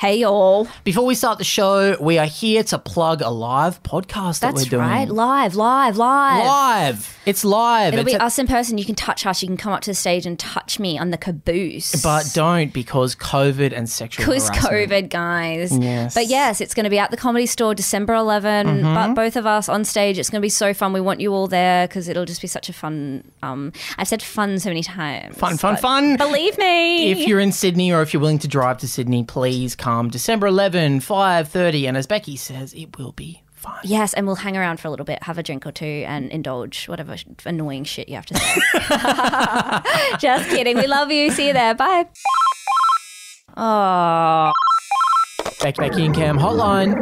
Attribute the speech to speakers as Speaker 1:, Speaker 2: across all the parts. Speaker 1: Hey, y'all.
Speaker 2: Before we start the show, we are here to plug a live podcast that
Speaker 1: That's
Speaker 2: we're doing.
Speaker 1: right. Live, live, live.
Speaker 2: Live. It's live.
Speaker 1: It'll
Speaker 2: It's
Speaker 1: be
Speaker 2: a-
Speaker 1: us in person. You can touch us. You can come up to the stage and touch me on the caboose.
Speaker 2: but don't because COVID and sexual
Speaker 1: because
Speaker 2: harassment.
Speaker 1: COVID, guys.
Speaker 2: Yes. Mm-hmm.
Speaker 1: But yes, it's going to be at the Comedy Store December 11. But both of us on stage, it's going to be so fun. We want you all there because it'll just be such a fun. Um, I've said fun so many times.
Speaker 2: Fun, fun,
Speaker 1: but
Speaker 2: fun.
Speaker 1: Believe me.
Speaker 2: If you're in Sydney or if you're willing to drive to Sydney, please come December 11, 5.30. And as Becky says, it will be fun.
Speaker 1: Yes, and we'll hang around for a little bit, have a drink or two, and indulge whatever sh- annoying shit you have to say. Just kidding. We love you. See you there. Bye. Oh,
Speaker 2: Beck, Becky and Cam hotline.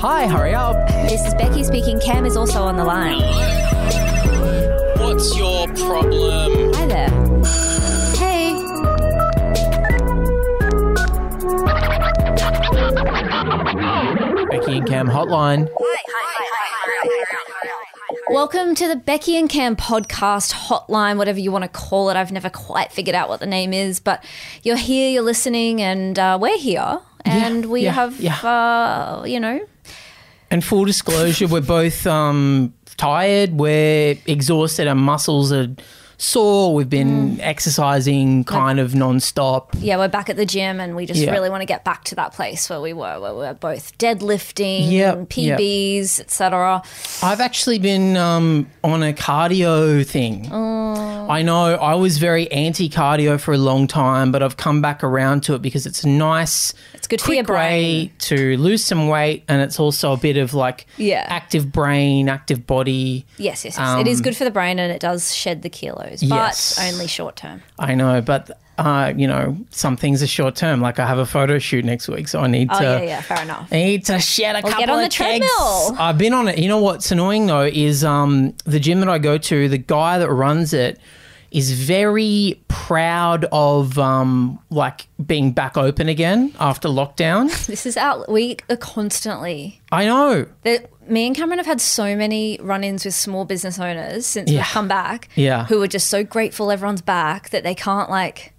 Speaker 2: Hi, hurry up.
Speaker 1: this is Becky speaking. Cam is also on the line.
Speaker 3: What's your problem?
Speaker 1: Hi there. Hey.
Speaker 2: Becky and Cam hotline.
Speaker 1: Welcome to the Becky and Cam podcast hotline, whatever you want to call it. I've never quite figured out what the name is, but you're here, you're listening, and uh, we're here. And we
Speaker 2: yeah,
Speaker 1: have,
Speaker 2: yeah.
Speaker 1: Uh, you know,
Speaker 2: And full disclosure, we're both um, tired, we're exhausted, our muscles are sore. We've
Speaker 1: Mm.
Speaker 2: been exercising kind of non-stop.
Speaker 1: yeah, we're back at the gym and we just
Speaker 2: Yeah.
Speaker 1: really want to get back to that place where we were, where we were both deadlifting,
Speaker 2: Yep, yep.
Speaker 1: PBs, etc.
Speaker 2: I've actually been um, on a cardio thing.
Speaker 1: Oh.
Speaker 2: I know I was very anti-cardio for a long time, but I've come back around to it because it's a nice.
Speaker 1: It's good for your
Speaker 2: quick
Speaker 1: brain.
Speaker 2: way to lose some weight, and it's also a bit of like
Speaker 1: Yeah.
Speaker 2: active brain, active body.
Speaker 1: Yes, yes, yes. it is good for the brain and it does shed the kilos, but
Speaker 2: Um, Yes.
Speaker 1: only short term.
Speaker 2: I know, but uh, you know, some things are short term. Like I have a photo shoot next week, so I need
Speaker 1: Oh,
Speaker 2: to.
Speaker 1: yeah, yeah, fair enough.
Speaker 2: I need to shed a couple
Speaker 1: get on
Speaker 2: of
Speaker 1: the
Speaker 2: kegs.
Speaker 1: treadmill.
Speaker 2: I've been on it. You know what's annoying though is um, the gym that I go to. The guy that runs it is very proud of um, like being back open again after lockdown.
Speaker 1: This is out. We are constantly
Speaker 2: I know.
Speaker 1: that me and Cameron have had so many run-ins with small business owners since
Speaker 2: Yeah.
Speaker 1: we've come back.
Speaker 2: Yeah.
Speaker 1: Who are just so grateful everyone's back that they can't like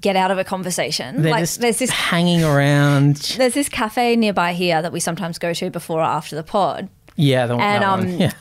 Speaker 1: get out of a conversation.
Speaker 2: They're
Speaker 1: like
Speaker 2: just
Speaker 1: there's this
Speaker 2: hanging around.
Speaker 1: there's this cafe nearby here that we sometimes go to before or after the pod.
Speaker 2: Yeah, the one.
Speaker 1: And
Speaker 2: that
Speaker 1: um
Speaker 2: one. Yeah.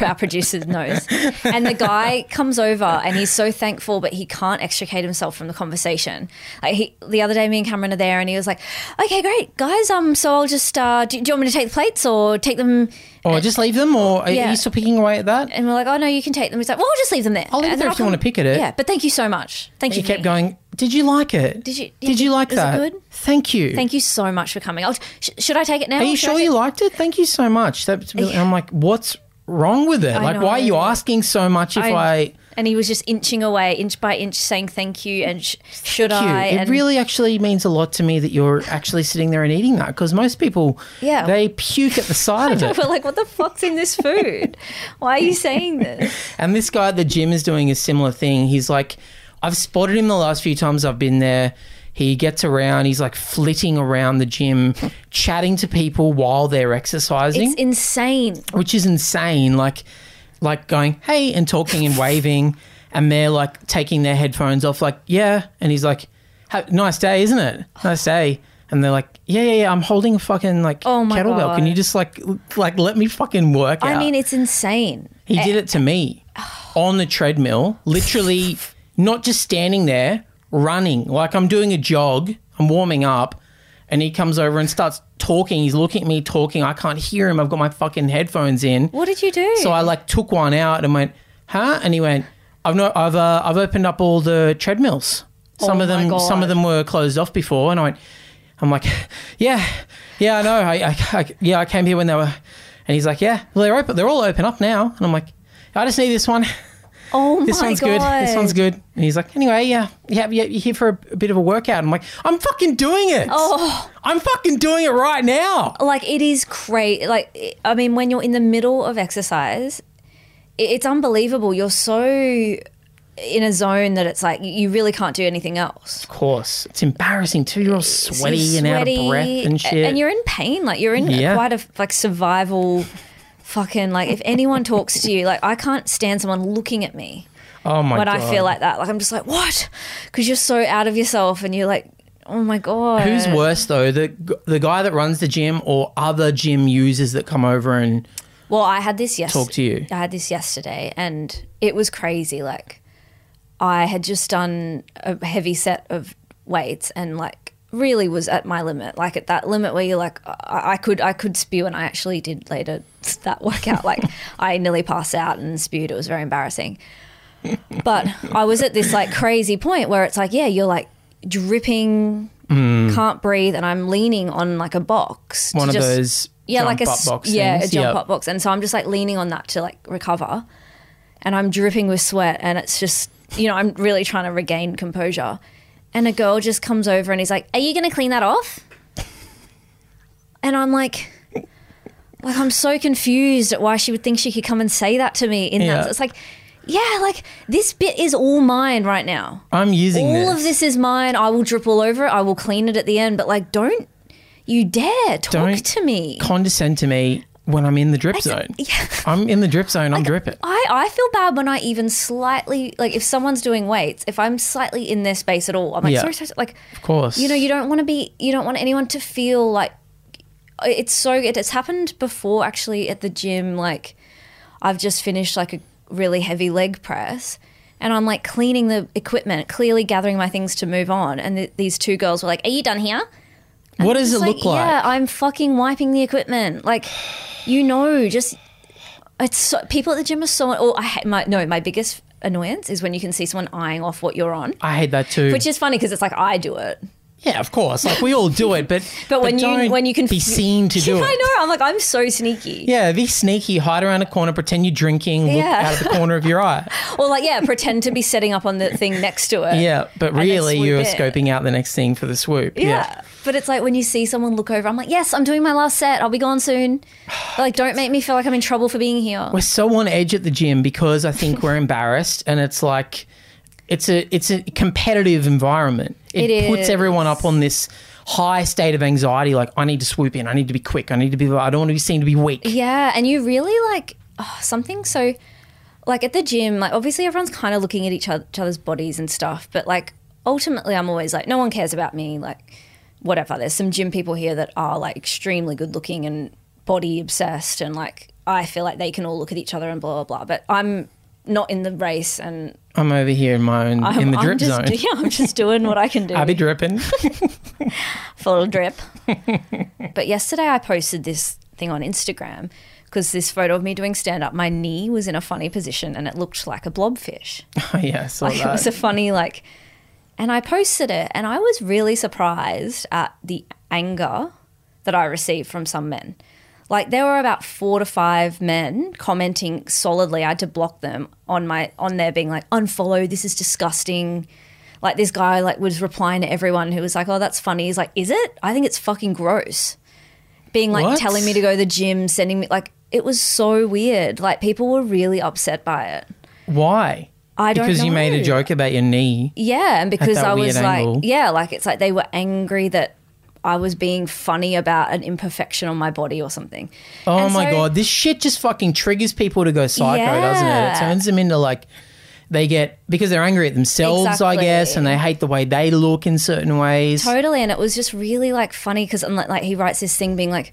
Speaker 1: our producer knows. And the guy comes over and he's so thankful, but he can't extricate himself from the conversation. Like he, the other day, me and Cameron are there, and he was like, "Okay, great, guys. Um, so I'll just uh, do, do you want me to take the plates or take them?"
Speaker 2: Or just leave them, or are
Speaker 1: Yeah.
Speaker 2: you still picking away at that?
Speaker 1: And we're like, "Oh no, you can take them." He's like, "Well, I'll just leave them there.
Speaker 2: I'll leave it
Speaker 1: And
Speaker 2: there
Speaker 1: then
Speaker 2: if you want
Speaker 1: come-
Speaker 2: to pick at it.
Speaker 1: Yeah, but thank you so much. Thank
Speaker 2: She
Speaker 1: you.
Speaker 2: kept
Speaker 1: Nick.
Speaker 2: going. Did you like it?
Speaker 1: Did you-
Speaker 2: Did you like
Speaker 1: was it
Speaker 2: that?
Speaker 1: good?
Speaker 2: Thank you.
Speaker 1: Thank you so much for coming. I'll, sh- should I take it now?
Speaker 2: Are you
Speaker 1: Should I
Speaker 2: sure
Speaker 1: take-
Speaker 2: you liked it? Thank you so much. That's really, and I'm like, what's wrong with it? like,
Speaker 1: know.
Speaker 2: why are you asking so much if I?
Speaker 1: I- and he was just inching away, inch by inch, saying thank you and sh- should
Speaker 2: Thank you.
Speaker 1: I?
Speaker 2: It
Speaker 1: and
Speaker 2: really actually means a lot to me that you're actually sitting there and eating that because most people,
Speaker 1: Yeah.
Speaker 2: they puke at the sight of it.
Speaker 1: we're like, what the fuck's in this food? Why are you saying this?
Speaker 2: And this guy at the gym is doing a similar thing. He's like, I've spotted him the last few times I've been there. He gets around, he's like flitting around the gym, chatting to people while they're exercising.
Speaker 1: It's insane.
Speaker 2: which is insane. Like, like going hey and talking and waving, and they're like taking their headphones off. Like, yeah, and he's like, "Ha- nice day, isn't it? Nice day. And they're like, yeah, yeah, yeah. I'm holding a fucking like
Speaker 1: Oh my
Speaker 2: kettlebell. Can
Speaker 1: God.
Speaker 2: you just like, l- like let me fucking work out?
Speaker 1: I mean, eh, it's insane.
Speaker 2: he did it to me on the treadmill, literally, not just standing there, running. Like I'm doing a jog, I'm warming up, and he comes over and starts talking. He's looking at me talking. I can't hear him. I've got my fucking headphones in.
Speaker 1: What did you do?
Speaker 2: So I like took one out and went, huh? And he went, I've no, I've uh, I've opened up all the treadmills. Some
Speaker 1: Oh
Speaker 2: of
Speaker 1: my
Speaker 2: them,
Speaker 1: God.
Speaker 2: some of them were closed off before, and I went, I'm like, yeah, yeah, I know, I, I, I yeah, I came here when they were, and he's like, yeah, well they're open, they're all open up now, and I'm like, I just need this one.
Speaker 1: oh
Speaker 2: This
Speaker 1: my
Speaker 2: one's
Speaker 1: God.
Speaker 2: good. This one's good. And he's like, anyway, yeah, yeah, yeah, you're here for a, a bit of a workout. I'm like, I'm fucking doing it.
Speaker 1: Oh.
Speaker 2: I'm fucking doing it right now.
Speaker 1: Like it is crazy. Like it- I mean, when you're in the middle of exercise, i- it's unbelievable. You're so in a zone that it's like you really can't do anything else.
Speaker 2: Of course, it's embarrassing too. You're all
Speaker 1: So
Speaker 2: sweaty,
Speaker 1: you're
Speaker 2: and out of
Speaker 1: sweaty,
Speaker 2: breath and
Speaker 1: a-
Speaker 2: shit.
Speaker 1: And you're in pain. Like you're in
Speaker 2: Yeah.
Speaker 1: quite a like survival fucking like if anyone talks to you, like I can't stand someone looking at me.
Speaker 2: Oh my
Speaker 1: when
Speaker 2: god.
Speaker 1: I feel like that. Like I'm just like, what? Because you're so out of yourself and you're like, oh my god.
Speaker 2: Who's worse though, the g- the guy that runs the gym or other gym users that come over and
Speaker 1: Well, I had this yesterday.
Speaker 2: Talk to you.
Speaker 1: I had this yesterday, and it was crazy. Like, I had just done a heavy set of weights, and like really was at my limit. Like at that limit where you're like, I, I could, I could spew, and I actually did later that workout. Like, I nearly passed out and spewed. It was very embarrassing. But I was at this like crazy point where it's like, yeah, you're like dripping, can't breathe, and I'm leaning on like a box. to
Speaker 2: Mm. one of
Speaker 1: just-
Speaker 2: those
Speaker 1: yeah,
Speaker 2: jump
Speaker 1: like a
Speaker 2: up
Speaker 1: s-
Speaker 2: box
Speaker 1: yeah,
Speaker 2: things.
Speaker 1: a jump
Speaker 2: Yep.
Speaker 1: up box, and so I'm just like leaning on that to like recover, and I'm dripping with sweat, and it's just you know I'm really trying to regain composure, and a girl just comes over and he's like, "Are you going to clean that off?" And I'm like, like I'm so confused at why she would think she could come and say that to me. In
Speaker 2: Yeah.
Speaker 1: that, it's like, yeah, like this bit is all mine right now
Speaker 2: I'm using
Speaker 1: all
Speaker 2: this.
Speaker 1: of this is mine. I will drip all over it. I will clean it at the end. But like, don't you dare talk
Speaker 2: Don't
Speaker 1: to me.
Speaker 2: condescend to me when I'm in the drip zone. I'm in the drip zone. I'm dripping.
Speaker 1: I, I feel bad when I even slightly like if someone's doing weights, if I'm slightly in their space at all, I'm like
Speaker 2: Yeah.
Speaker 1: sorry, sorry, sorry," like
Speaker 2: Of course.
Speaker 1: you know you don't want to be you don't want anyone to feel like it's so it, it's happened before actually at the gym like I've just finished like a really heavy leg press and I'm like cleaning the equipment, clearly gathering my things to move on, and th- these two girls were like, "Are you done here?"
Speaker 2: what does it
Speaker 1: It's
Speaker 2: look like?
Speaker 1: Yeah, I'm fucking wiping the equipment. Like, you know, just it's so, people at the gym are so. Or I ha- my no, my biggest annoyance is when you can see someone eyeing off what you're on,
Speaker 2: I hate that too.
Speaker 1: which is funny because it's like I do it,
Speaker 2: yeah, of course. Like we all do it, but
Speaker 1: but, when
Speaker 2: don't
Speaker 1: you when you can
Speaker 2: be seen to do
Speaker 1: I
Speaker 2: it.
Speaker 1: know. I'm like I'm so sneaky.
Speaker 2: Yeah, be sneaky, hide around a corner, pretend you're drinking, look
Speaker 1: Yeah.
Speaker 2: out of the corner of your eye.
Speaker 1: Or like yeah, pretend to be setting up on the thing next to it.
Speaker 2: Yeah, but
Speaker 1: then
Speaker 2: really
Speaker 1: swoop
Speaker 2: you're
Speaker 1: in.
Speaker 2: scoping out the next thing for the swoop. Yeah.
Speaker 1: Yeah. But it's like when you see someone look over, I'm like, yes, I'm doing my last set. I'll be gone soon. Like, don't make me feel like I'm in trouble for being here.
Speaker 2: We're so on edge at the gym because I think we're embarrassed and it's like it's a it's a competitive environment. It,
Speaker 1: It
Speaker 2: puts
Speaker 1: is.
Speaker 2: everyone up on this high state of anxiety like I need to swoop in, I need to be quick, I need to be I don't want to be seen to be weak.
Speaker 1: Yeah, and you really like oh, something so like at the gym, like obviously everyone's kind of looking at each, oth- each other's bodies and stuff, but like ultimately I'm always like no one cares about me, like whatever. There's some gym people here that are like extremely good looking and body obsessed and like I feel like they can all look at each other and blah blah blah, but I'm not in the race and
Speaker 2: I'm over here in my own
Speaker 1: I'm,
Speaker 2: in the
Speaker 1: I'm
Speaker 2: drip
Speaker 1: just,
Speaker 2: zone.
Speaker 1: Yeah, I'm just doing what I can do
Speaker 2: I be dripping.
Speaker 1: full drip. but yesterday I posted this thing on Instagram because this photo of me doing stand up, my knee was in a funny position and it looked like a blobfish.
Speaker 2: oh, yeah, I saw
Speaker 1: Like, it
Speaker 2: that.
Speaker 1: was a funny like and I posted it and I was really surprised at the anger that I received from some men. Like there were about four to five men commenting solidly. I had to block them on my on there being like, unfollow, this is disgusting. Like this guy like was replying to everyone who was like, Oh, that's funny. He's like, Is it? I think it's fucking gross. Being like
Speaker 2: What?
Speaker 1: telling me to go to the gym, sending me like it was so weird. Like people were really upset by it.
Speaker 2: Why?
Speaker 1: I don't
Speaker 2: because you made a
Speaker 1: know.
Speaker 2: joke about your knee.
Speaker 1: Yeah, and because
Speaker 2: that
Speaker 1: I
Speaker 2: weird
Speaker 1: was like,
Speaker 2: angle.
Speaker 1: yeah, like it's like they were angry that I was being funny about an imperfection on my body or something.
Speaker 2: Oh
Speaker 1: And
Speaker 2: my
Speaker 1: so-
Speaker 2: god, this shit just fucking triggers people to go psycho, doesn't it? It
Speaker 1: Yeah.
Speaker 2: turns them into like they get because they're angry at themselves, I
Speaker 1: Exactly.
Speaker 2: guess, and they hate the way they look in certain ways.
Speaker 1: Totally, and it was just really like funny because like, like he writes this thing being like,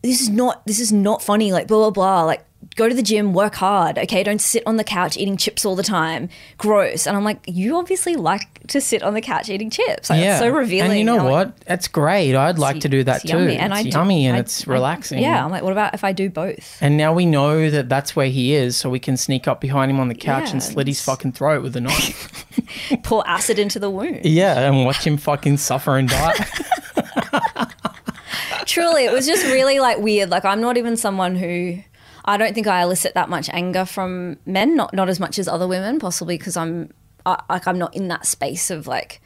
Speaker 1: this is not this is not funny. Like blah blah blah. Like go to the gym, work hard. Okay, don't sit on the couch eating chips all the time. Gross. And I'm like, you obviously like to sit on the couch eating chips. Like,
Speaker 2: Yeah,
Speaker 1: it's so revealing.
Speaker 2: And you know
Speaker 1: I'm like,
Speaker 2: what? That's great. I'd like
Speaker 1: "It's
Speaker 2: to do that too.
Speaker 1: yummy,"
Speaker 2: And
Speaker 1: I
Speaker 2: it's
Speaker 1: do-
Speaker 2: yummy and
Speaker 1: I-
Speaker 2: it's
Speaker 1: I-
Speaker 2: relaxing.
Speaker 1: yeah, I'm like, what about if I do both?
Speaker 2: And now we know that that's where he is, so we can sneak up behind him on the couch and
Speaker 1: Yeah,
Speaker 2: slit his fucking throat with a knife.
Speaker 1: Pour acid into the wound.
Speaker 2: yeah, and watch him fucking suffer and die.
Speaker 1: truly it was just really like weird like i'm not even someone who i don't think i elicit that much anger from men not not as much as other women possibly because i'm I, like i'm not in that space of like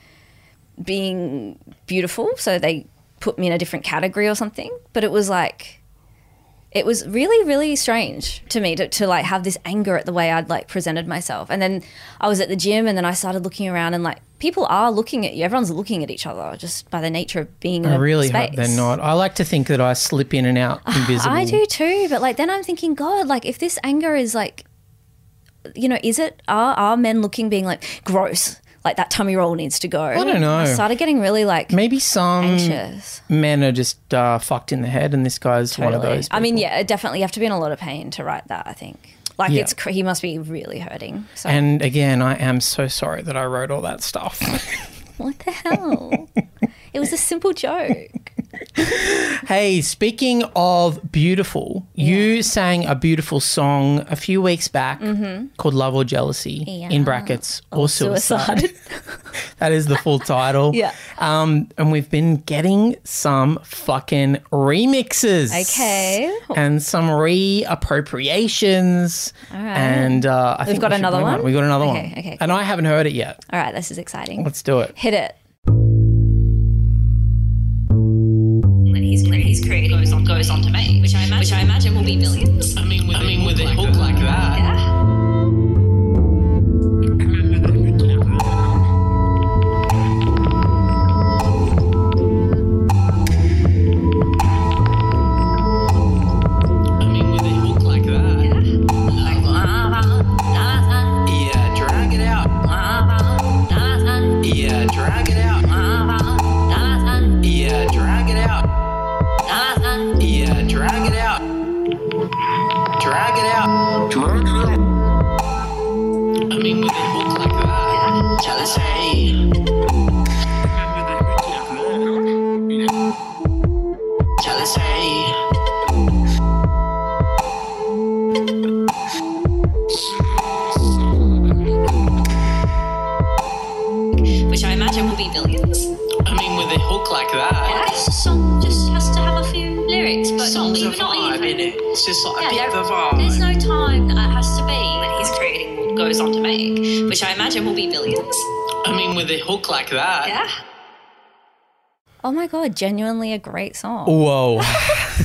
Speaker 1: being beautiful so they put me in a different category or something but it was like it was really really strange to me to, to like have this anger at the way i'd like presented myself and then i was at the gym and then i started looking around and like people are looking at you everyone's looking at each other just by the nature of being in
Speaker 2: I
Speaker 1: a
Speaker 2: really
Speaker 1: space.
Speaker 2: hope they're not. I like to think that I slip in and out invisible.
Speaker 1: I do too, but like then I'm thinking, God, like if this anger is like you know, is it are are men looking being like gross? Like that tummy roll needs to go. I
Speaker 2: don't know. Mm.
Speaker 1: I started getting really like
Speaker 2: Maybe some
Speaker 1: anxious.
Speaker 2: men are just uh, fucked in the head, and this guy's one of
Speaker 1: Totally.
Speaker 2: those.
Speaker 1: I mean, yeah, definitely. You have to be in a lot of pain to write that. I think. Like
Speaker 2: Yeah.
Speaker 1: it's cr- he must be really hurting. So
Speaker 2: and again, I am so sorry that I wrote all that stuff.
Speaker 1: what the hell? it was a simple joke.
Speaker 2: hey, speaking of beautiful, you sang a beautiful song a few weeks back called Love or Jealousy,
Speaker 1: Yeah.
Speaker 2: in brackets, or, suicide.
Speaker 1: Suicide.
Speaker 2: That is the full title.
Speaker 1: Yeah.
Speaker 2: Um, and we've been getting some fucking remixes.
Speaker 1: Okay.
Speaker 2: And some reappropriations. All right. And uh, I think
Speaker 1: got
Speaker 2: we should
Speaker 1: another
Speaker 2: play
Speaker 1: one?
Speaker 2: We got another
Speaker 1: Okay,
Speaker 2: one.
Speaker 1: okay,
Speaker 2: And I haven't heard it yet.
Speaker 1: All right, this is exciting.
Speaker 2: Let's do it.
Speaker 1: Hit it.
Speaker 4: when he's when he's creating goes on goes on to make, which I imagine, which I imagine will be millions.
Speaker 5: I mean, with, I mean, with a hook like that. I mean, with a hook like that. Yeah, drag it out. Yeah, drag it out. Yeah, drag it out. Yeah, drag it out. Drag it out. Drag it out. I mean, with a hook like that. Jealousy. Jealousy.
Speaker 4: Which I imagine will be millions.
Speaker 5: I mean, with a hook like that.
Speaker 4: This song just has to have a few lyrics, but
Speaker 5: Songs a
Speaker 4: not,
Speaker 5: vibe,
Speaker 4: even.
Speaker 5: innit? Mm. It's just like a
Speaker 4: Yeah,
Speaker 5: bit
Speaker 4: there-
Speaker 5: of a
Speaker 4: there's
Speaker 5: vibe.
Speaker 4: no time that it has to be when he's creating what goes on to make, which I imagine will be millions.
Speaker 5: I mean, with a hook like that.
Speaker 4: Yeah.
Speaker 1: Oh my god, genuinely a great song.
Speaker 2: Whoa.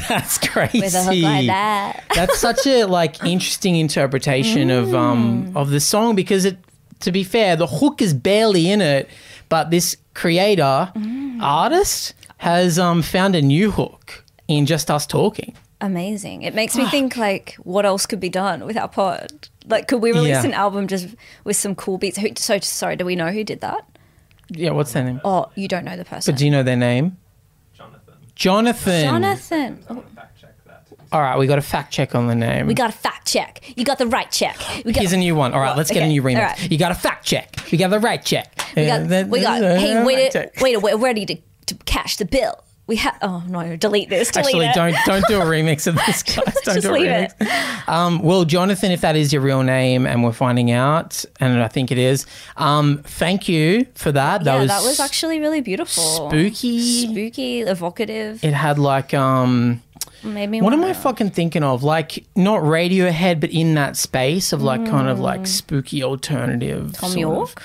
Speaker 2: That's crazy.
Speaker 1: With a hook like that.
Speaker 2: That's such a like interesting interpretation
Speaker 1: Mm.
Speaker 2: of um of the song because it to be fair, the hook is barely in it, but this creator
Speaker 1: Mm.
Speaker 2: artist has um found a new hook in just us talking.
Speaker 1: Amazing. It makes me think like what else could be done with our pod? Like could we release
Speaker 2: Yeah.
Speaker 1: an album just with some cool beats? Who, so sorry, do we know who did that?
Speaker 2: Yeah, what's their name?
Speaker 1: Oh, you don't know the person.
Speaker 2: But do you know their name? Jonathan.
Speaker 1: Jonathan. Oh,
Speaker 2: All right, we got a fact check on the name.
Speaker 1: we got a fact check. You got the right check. We got
Speaker 2: Here's a new one. All right, let's get a
Speaker 1: okay,
Speaker 2: new remix.
Speaker 1: all right.
Speaker 2: You got a fact check. You got the right check. Uh,
Speaker 1: we got, we got hey, wait a,
Speaker 2: it.
Speaker 1: wait a, we're ready to, to cash the bill. We have oh no, delete this. Delete
Speaker 2: Actually,
Speaker 1: it.
Speaker 2: don't don't do a remix of this, guys. Don't
Speaker 1: Just
Speaker 2: do a
Speaker 1: leave
Speaker 2: remix. Um, well, Jonathan, if that is your real name, and we're finding out, and I think it is, um, thank you for that. That
Speaker 1: yeah,
Speaker 2: was
Speaker 1: that was actually really beautiful.
Speaker 2: spooky.
Speaker 1: Spooky, evocative.
Speaker 2: It had like um,
Speaker 1: made me.
Speaker 2: what am
Speaker 1: wonder.
Speaker 2: I fucking thinking of? Like not Radiohead, but in that space of like kind of like spooky alternative.
Speaker 1: Mm. Tom
Speaker 2: sort of-
Speaker 1: York?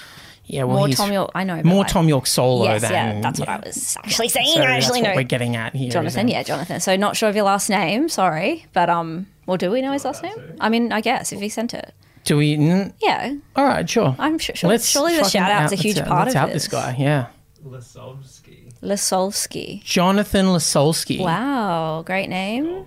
Speaker 2: Yeah, well,
Speaker 1: More
Speaker 2: he's-
Speaker 1: Tom York. I know. but
Speaker 2: More
Speaker 1: like-
Speaker 2: Tom York solo.
Speaker 1: Yes,
Speaker 2: than,
Speaker 1: yeah, that's what I was actually saying.
Speaker 2: So
Speaker 1: I
Speaker 2: that's
Speaker 1: actually
Speaker 2: what
Speaker 1: know.
Speaker 2: we're getting at here.
Speaker 1: Jonathan,
Speaker 2: isn't it?
Speaker 1: yeah, Jonathan. So not sure of your last name, sorry, but um, well, do we know his last name? I mean, I guess if he sent it,
Speaker 2: Do we? mm,
Speaker 1: yeah,
Speaker 2: All right, sure.
Speaker 1: I'm sure. sure
Speaker 2: Let's
Speaker 1: surely the
Speaker 2: fucking
Speaker 1: shout out's a
Speaker 2: out-
Speaker 1: huge
Speaker 2: let's-
Speaker 1: part
Speaker 2: let's
Speaker 1: of
Speaker 2: out this guy. Yeah.
Speaker 6: Lesovsky.
Speaker 1: Lasolski.
Speaker 2: Jonathan Lasolski.
Speaker 1: Wow, great name.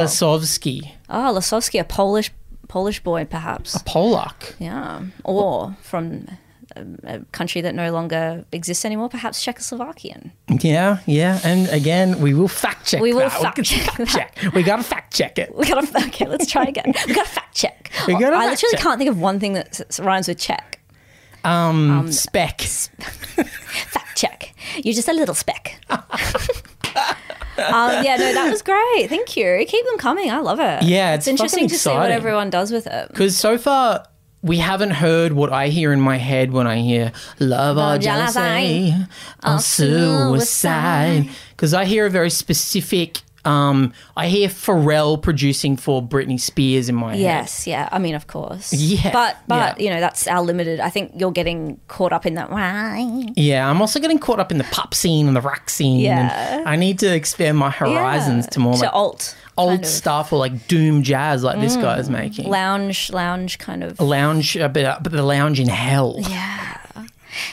Speaker 2: Lesovsky.
Speaker 1: Oh, Lasolski, a Polish Polish boy,
Speaker 2: Oh.
Speaker 1: perhaps.
Speaker 2: Polak.
Speaker 1: Yeah, or from a, a country that no longer exists anymore, perhaps Czechoslovakian.
Speaker 2: Yeah, yeah. And again, we will fact check.
Speaker 1: We will
Speaker 2: that.
Speaker 1: fact
Speaker 2: can
Speaker 1: check that.
Speaker 2: check. We gotta fact check it.
Speaker 1: We gotta okay. Let's try again. We gotta fact check.
Speaker 2: We gotta
Speaker 1: I
Speaker 2: fact
Speaker 1: literally
Speaker 2: check.
Speaker 1: can't think of one thing that s- rhymes with check.
Speaker 2: Mm,
Speaker 1: Um,
Speaker 2: Spec.
Speaker 1: Fact check. You're just a little speck. um, yeah, no, that was great. Thank you. Keep them coming. I love it.
Speaker 2: Yeah, it's
Speaker 1: interesting
Speaker 2: fucking
Speaker 1: to see what
Speaker 2: exciting.
Speaker 1: everyone does with it.
Speaker 2: Because so far we haven't heard what I hear in my head when I hear love or
Speaker 1: Love,
Speaker 2: jealousy or suicide.
Speaker 1: suicide.
Speaker 2: Because I hear a very specific. Um, I hear Pharrell producing for Britney Spears in my head.
Speaker 1: Yes, yeah. I mean, of course.
Speaker 2: Yeah,
Speaker 1: But but
Speaker 2: yeah.
Speaker 1: you know that's our limited. I think you're getting caught up in that. Why?
Speaker 2: Yeah, I'm also getting caught up in the pop scene and the rock scene.
Speaker 1: Yeah.
Speaker 2: And I need to expand my horizons to more
Speaker 1: to
Speaker 2: like
Speaker 1: alt
Speaker 2: old
Speaker 1: kind of
Speaker 2: stuff or like doom jazz like this guy is making.
Speaker 1: lounge lounge kind of
Speaker 2: lounge, uh, but, uh, but the lounge in hell.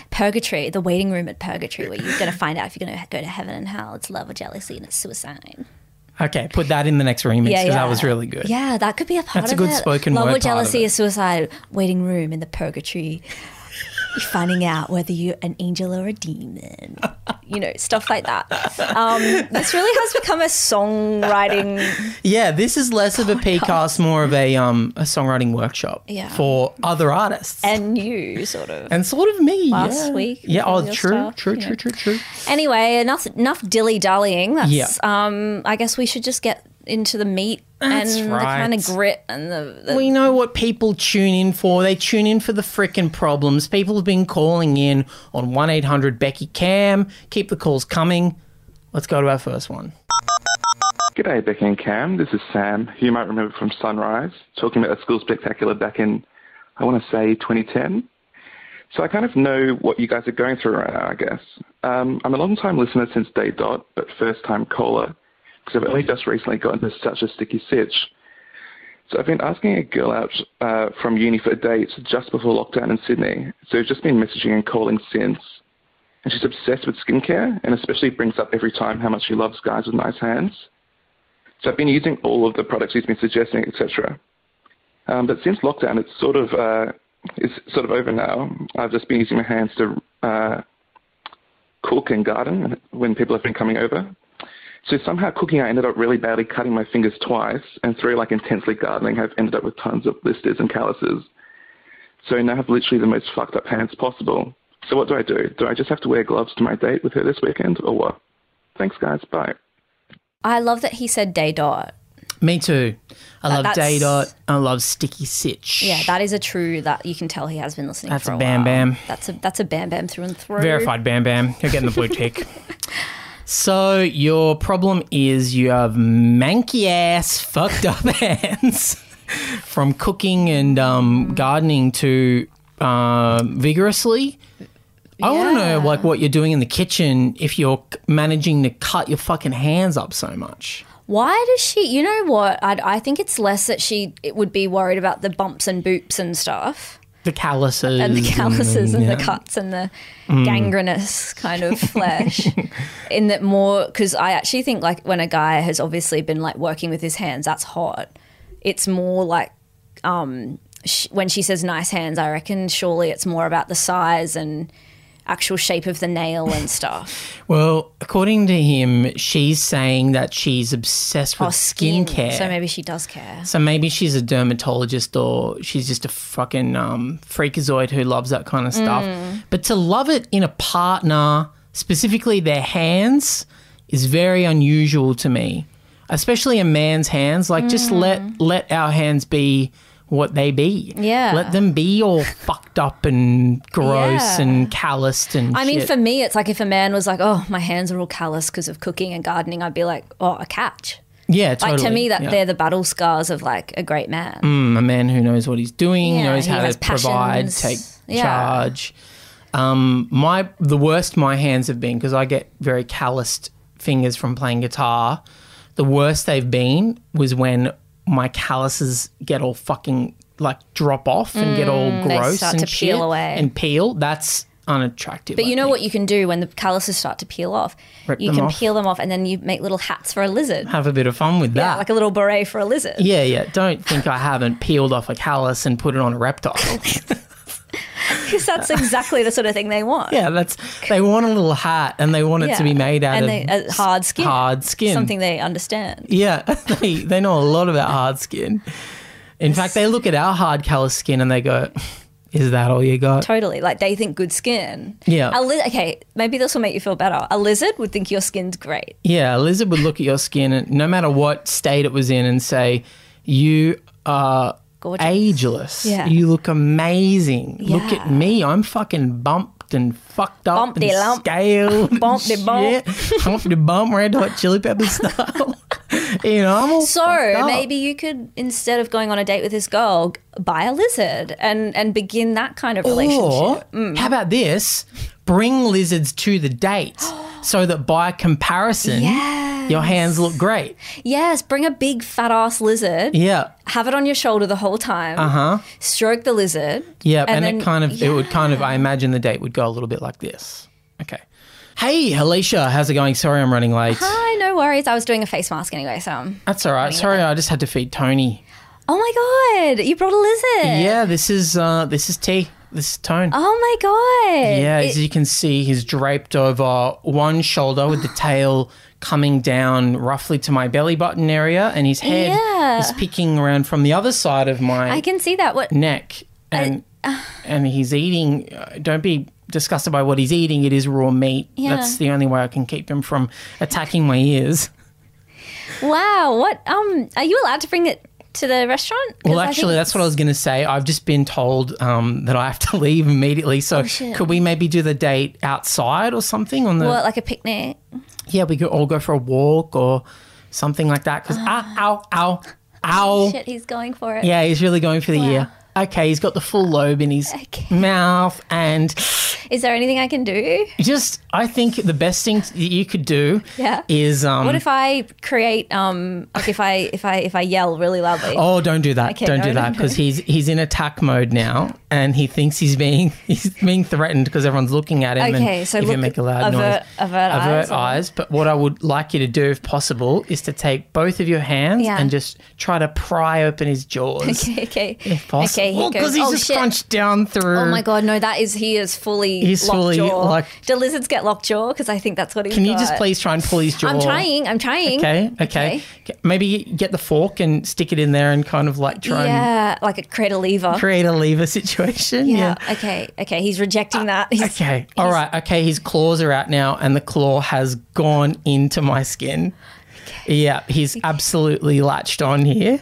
Speaker 1: purgatory, the waiting room at purgatory, where you're going to find out if you're going to go to heaven and hell. It's love or jealousy and it's suicide.
Speaker 2: Okay, put that in the next remix because that was really good.
Speaker 1: Yeah, that could be a part
Speaker 2: That's
Speaker 1: of
Speaker 2: a good
Speaker 1: it.
Speaker 2: spoken
Speaker 1: Love
Speaker 2: word
Speaker 1: or
Speaker 2: part of
Speaker 1: jealousy
Speaker 2: it.
Speaker 1: is suicide. Waiting room in the purgatory. You're finding out whether you're an angel or a demon. You know, stuff like that. Um, this really has become a songwriting.
Speaker 2: Yeah, this is less of a PCAST, more of a um a songwriting workshop
Speaker 1: Oh Yeah.
Speaker 2: for other artists.
Speaker 1: And you sort of.
Speaker 2: And sort of me
Speaker 1: Last
Speaker 2: yeah.
Speaker 1: week,
Speaker 2: Yeah, oh,
Speaker 1: your
Speaker 2: true,
Speaker 1: stuff,
Speaker 2: true,
Speaker 1: you know.
Speaker 2: true, true, true.
Speaker 1: Anyway, enough enough dilly dallying. That's
Speaker 2: Yeah.
Speaker 1: um I guess we should just get into the meat
Speaker 2: That's
Speaker 1: and
Speaker 2: right.
Speaker 1: the kind of grit and the, the
Speaker 2: We know what people tune in for. They tune in for the frickin' problems. People have been calling in on 1 800 Becky Cam. Keep the calls coming. Let's go to our first one.
Speaker 7: G'day, Becky and Cam. This is Sam, who you might remember from Sunrise, talking about a school spectacular back in, I want to say, 2010. So I kind of know what you guys are going through right now, I guess. Um, I'm a long-time listener since day dot, but first-time caller, because I've only just recently gotten into such a sticky sitch. So I've been asking a girl out uh, from uni for a date just before lockdown in Sydney. So I've just been messaging and calling since. And she's obsessed with skincare, and especially brings up every time how much she loves guys with nice hands. So I've been using all of the products he's been suggesting, etc. Um, but since lockdown, it's sort of uh, it's sort of over now. I've just been using my hands to uh, cook and garden when people have been coming over. So somehow cooking, I ended up really badly cutting my fingers twice, and through like intensely gardening, I've ended up with tons of blisters and calluses. So now I have literally the most fucked up hands possible. So what do I do? Do I just have to wear gloves to my date with her this weekend, or what? Thanks, guys. Bye.
Speaker 1: I love that he said day dot.
Speaker 2: Me too. I love
Speaker 1: Uh, that's-
Speaker 2: Day Dot. I love Sticky Sitch.
Speaker 1: Yeah, that is a true that you can tell he has been listening
Speaker 2: That's
Speaker 1: for
Speaker 2: a
Speaker 1: a
Speaker 2: bam
Speaker 1: while.
Speaker 2: bam.
Speaker 1: That's a that's a bam bam through and through.
Speaker 2: Verified Bam Bam. You're getting the blue tick. So your problem is you have manky ass fucked up hands from cooking and um, gardening to um vigorously. I want to know
Speaker 1: Yeah.
Speaker 2: like what you're doing in the kitchen if you're c- managing to cut your fucking hands up so much.
Speaker 1: Why does she? You know what? I I think it's less that she it would be worried about the bumps and boops and stuff,
Speaker 2: The calluses
Speaker 1: and the calluses and,
Speaker 2: Mm, yeah. Mm.
Speaker 1: the cuts and the gangrenous kind of flesh. in that more because I actually think like when a guy has obviously been like working with his hands, that's hot. It's more like um sh- when she says nice hands, I reckon surely it's more about the size and actual shape of the nail and stuff.
Speaker 2: Well, according to him, she's saying that she's obsessed with
Speaker 1: Oh, skin.
Speaker 2: skincare.
Speaker 1: So maybe she does care.
Speaker 2: So maybe she's a dermatologist or she's just a fucking um, freakazoid who loves that kind of stuff.
Speaker 1: Mm.
Speaker 2: But to love it in a partner, specifically their hands, is very unusual to me. Especially a man's hands. Like just
Speaker 1: Mm.
Speaker 2: let let our hands be what they be.
Speaker 1: Yeah.
Speaker 2: Let them be all fucked up and gross
Speaker 1: Yeah.
Speaker 2: and calloused and
Speaker 1: I mean,
Speaker 2: shit.
Speaker 1: for me, it's like if a man was like, "Oh, my hands are all callous because of cooking and gardening," I'd be like, "Oh, a catch."
Speaker 2: yeah, totally.
Speaker 1: Like to me, that
Speaker 2: yeah.
Speaker 1: they're the battle scars of like a great man.
Speaker 2: Mm, a man who knows what he's doing,
Speaker 1: Yeah,
Speaker 2: knows
Speaker 1: he
Speaker 2: how
Speaker 1: has
Speaker 2: to provide,
Speaker 1: passions.
Speaker 2: take
Speaker 1: Yeah.
Speaker 2: charge. Um, my the worst my hands have been because I get very calloused fingers from playing guitar. The worst they've been was when my calluses get all fucking like drop off and get all
Speaker 1: Mm, they
Speaker 2: gross
Speaker 1: start
Speaker 2: and
Speaker 1: to peel
Speaker 2: shit
Speaker 1: away.
Speaker 2: and peel. That's unattractive.
Speaker 1: But you know what you can do when the calluses start to peel off?
Speaker 2: Rip
Speaker 1: you
Speaker 2: them
Speaker 1: can
Speaker 2: off.
Speaker 1: peel them off, and then you make little hats for a lizard.
Speaker 2: Have a bit of fun with
Speaker 1: Yeah,
Speaker 2: that.
Speaker 1: like a little beret for a lizard.
Speaker 2: yeah, yeah. Don't think I haven't peeled off a callus and put it on a reptile.
Speaker 1: Because that's exactly the sort of thing they want.
Speaker 2: Yeah, that's they want a little hat and they want it to be made out
Speaker 1: and
Speaker 2: of
Speaker 1: they, uh, hard skin.
Speaker 2: hard skin.
Speaker 1: Something they understand.
Speaker 2: Yeah, they, they know a lot about hard skin. In fact, they look at our hard callous skin and they go, "Is that all you got?"
Speaker 1: Totally. Like they think good skin.
Speaker 2: Yeah.
Speaker 1: A li- okay, maybe this will make you feel better. A lizard would think your skin's great.
Speaker 2: Yeah, a lizard would look at your skin and no matter what state it was in and say, "You are."
Speaker 1: Gorgeous.
Speaker 2: Ageless.
Speaker 1: Yeah.
Speaker 2: You look amazing. Look
Speaker 1: Yeah.
Speaker 2: at me. I'm fucking bumped and fucked up
Speaker 1: Bumpty
Speaker 2: and
Speaker 1: lump.
Speaker 2: scaled.
Speaker 1: Bumpty bump.
Speaker 2: Bump the bump, red hot chili pepper style. you know, I'm all fucked
Speaker 1: So
Speaker 2: up.
Speaker 1: maybe you could, instead of going on a date with this girl, g- buy a lizard and and begin that kind of
Speaker 2: Or
Speaker 1: relationship. Mm.
Speaker 2: how about this? Bring lizards to the date so that by comparison, your hands look great.
Speaker 1: yes, bring a big fat ass lizard,
Speaker 2: Yeah, Uh-huh.
Speaker 1: have it on your shoulder the whole time. Uh huh. Stroke the lizard.
Speaker 2: yeah.
Speaker 1: And
Speaker 2: And, it
Speaker 1: then-
Speaker 2: kind of, it would kind of, I imagine the date would go a little bit like this. Okay. Hey, Alicia, how's it going? Sorry, I'm running late.
Speaker 1: Hi, no worries. I was doing a face mask anyway, so. um,
Speaker 2: That's all right. Sorry, I just had to feed Tony.
Speaker 1: Oh my god, you brought a lizard.
Speaker 2: Yeah, this is uh, this is T. This is Tone.
Speaker 1: Oh my god.
Speaker 2: Yeah,
Speaker 1: It-
Speaker 2: as you can see, he's draped over one shoulder with the tail coming down roughly to my belly button area, and his head
Speaker 1: Yeah.
Speaker 2: is picking around from the other side of my
Speaker 1: I can see that. What?
Speaker 2: neck, and
Speaker 1: uh,
Speaker 2: and he's eating. uh, Don't be disgusted by what he's eating. It is raw meat.
Speaker 1: Yeah.
Speaker 2: That's the only way I can keep him from attacking my ears.
Speaker 1: Wow. What? Um, are you allowed to bring it to the restaurant? 'Cause
Speaker 2: Well,
Speaker 1: I
Speaker 2: actually,
Speaker 1: think-
Speaker 2: that's what I was going to say. I've just been told um, that I have to leave immediately. So,
Speaker 1: Oh, shit.
Speaker 2: could we maybe do the date outside or something on the?
Speaker 1: What, like a picnic?
Speaker 2: yeah, we could all go for a walk or something like that. Because ow, ow, ow, ow.
Speaker 1: Ah. Oh, Shit, he's going for it.
Speaker 2: Yeah, he's really going for the ear. Okay, he's got the full lobe in his
Speaker 1: Okay.
Speaker 2: mouth, and
Speaker 1: Is there anything I can do?
Speaker 2: just I think the best thing that you could do
Speaker 1: Yeah.
Speaker 2: is um.
Speaker 1: What if I create um like if I if I if I yell really loudly?
Speaker 2: Oh, don't do that!
Speaker 1: Okay,
Speaker 2: don't
Speaker 1: no,
Speaker 2: do
Speaker 1: no,
Speaker 2: that
Speaker 1: no.
Speaker 2: because he's he's in attack mode now, and he thinks he's being he's being threatened because everyone's looking at him.
Speaker 1: Okay,
Speaker 2: and
Speaker 1: so
Speaker 2: if you
Speaker 1: look-
Speaker 2: make a loud
Speaker 1: avert-
Speaker 2: noise,
Speaker 1: avert eyes
Speaker 2: avert eyes.
Speaker 1: or-
Speaker 2: But what I would like you to do, if possible, is to take both of your hands
Speaker 1: Yeah.
Speaker 2: and just try to pry open his jaws,
Speaker 1: Okay, okay.
Speaker 2: if
Speaker 1: Okay,
Speaker 2: possible.
Speaker 1: he goes,
Speaker 2: because he's
Speaker 1: "Oh,
Speaker 2: just
Speaker 1: shit."
Speaker 2: crunched down through.
Speaker 1: Oh my god, no, that is he is fully
Speaker 2: He's fully,
Speaker 1: lockjaw.
Speaker 2: like-
Speaker 1: Do lizards get lockjaw? Because I think that's what he's
Speaker 2: Can you just
Speaker 1: got.
Speaker 2: please try and pull his jaw?
Speaker 1: I'm trying, I'm trying.
Speaker 2: Okay, okay. Okay, Maybe get the fork and stick it in there and kind of like try and
Speaker 1: Yeah, like a create a lever.
Speaker 2: create a lever situation.
Speaker 1: yeah. Okay. Okay. He's rejecting that. He's,
Speaker 2: Uh, Okay. All right. Okay. His claws are out now, and the claw has gone into my skin. Yeah, he's absolutely latched on here.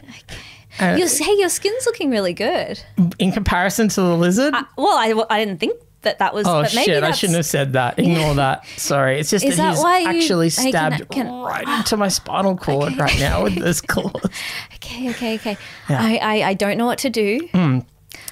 Speaker 2: Uh,
Speaker 1: Your, hey, your skin's looking really good.
Speaker 2: In comparison to the lizard.
Speaker 1: Well, I, well, I didn't think that that was.
Speaker 2: oh
Speaker 1: Uh, but maybe
Speaker 2: shit! I
Speaker 1: That's,
Speaker 2: shouldn't have said that. Ignore that. Sorry. It's just
Speaker 1: Is
Speaker 2: that
Speaker 1: that
Speaker 2: he's
Speaker 1: why you-
Speaker 2: actually
Speaker 1: Hey, can I-
Speaker 2: stabbed
Speaker 1: can-
Speaker 2: right into my spinal cord right now with this claw.
Speaker 1: Okay. Okay. Okay. I, I I don't know what to do.
Speaker 2: Hmm.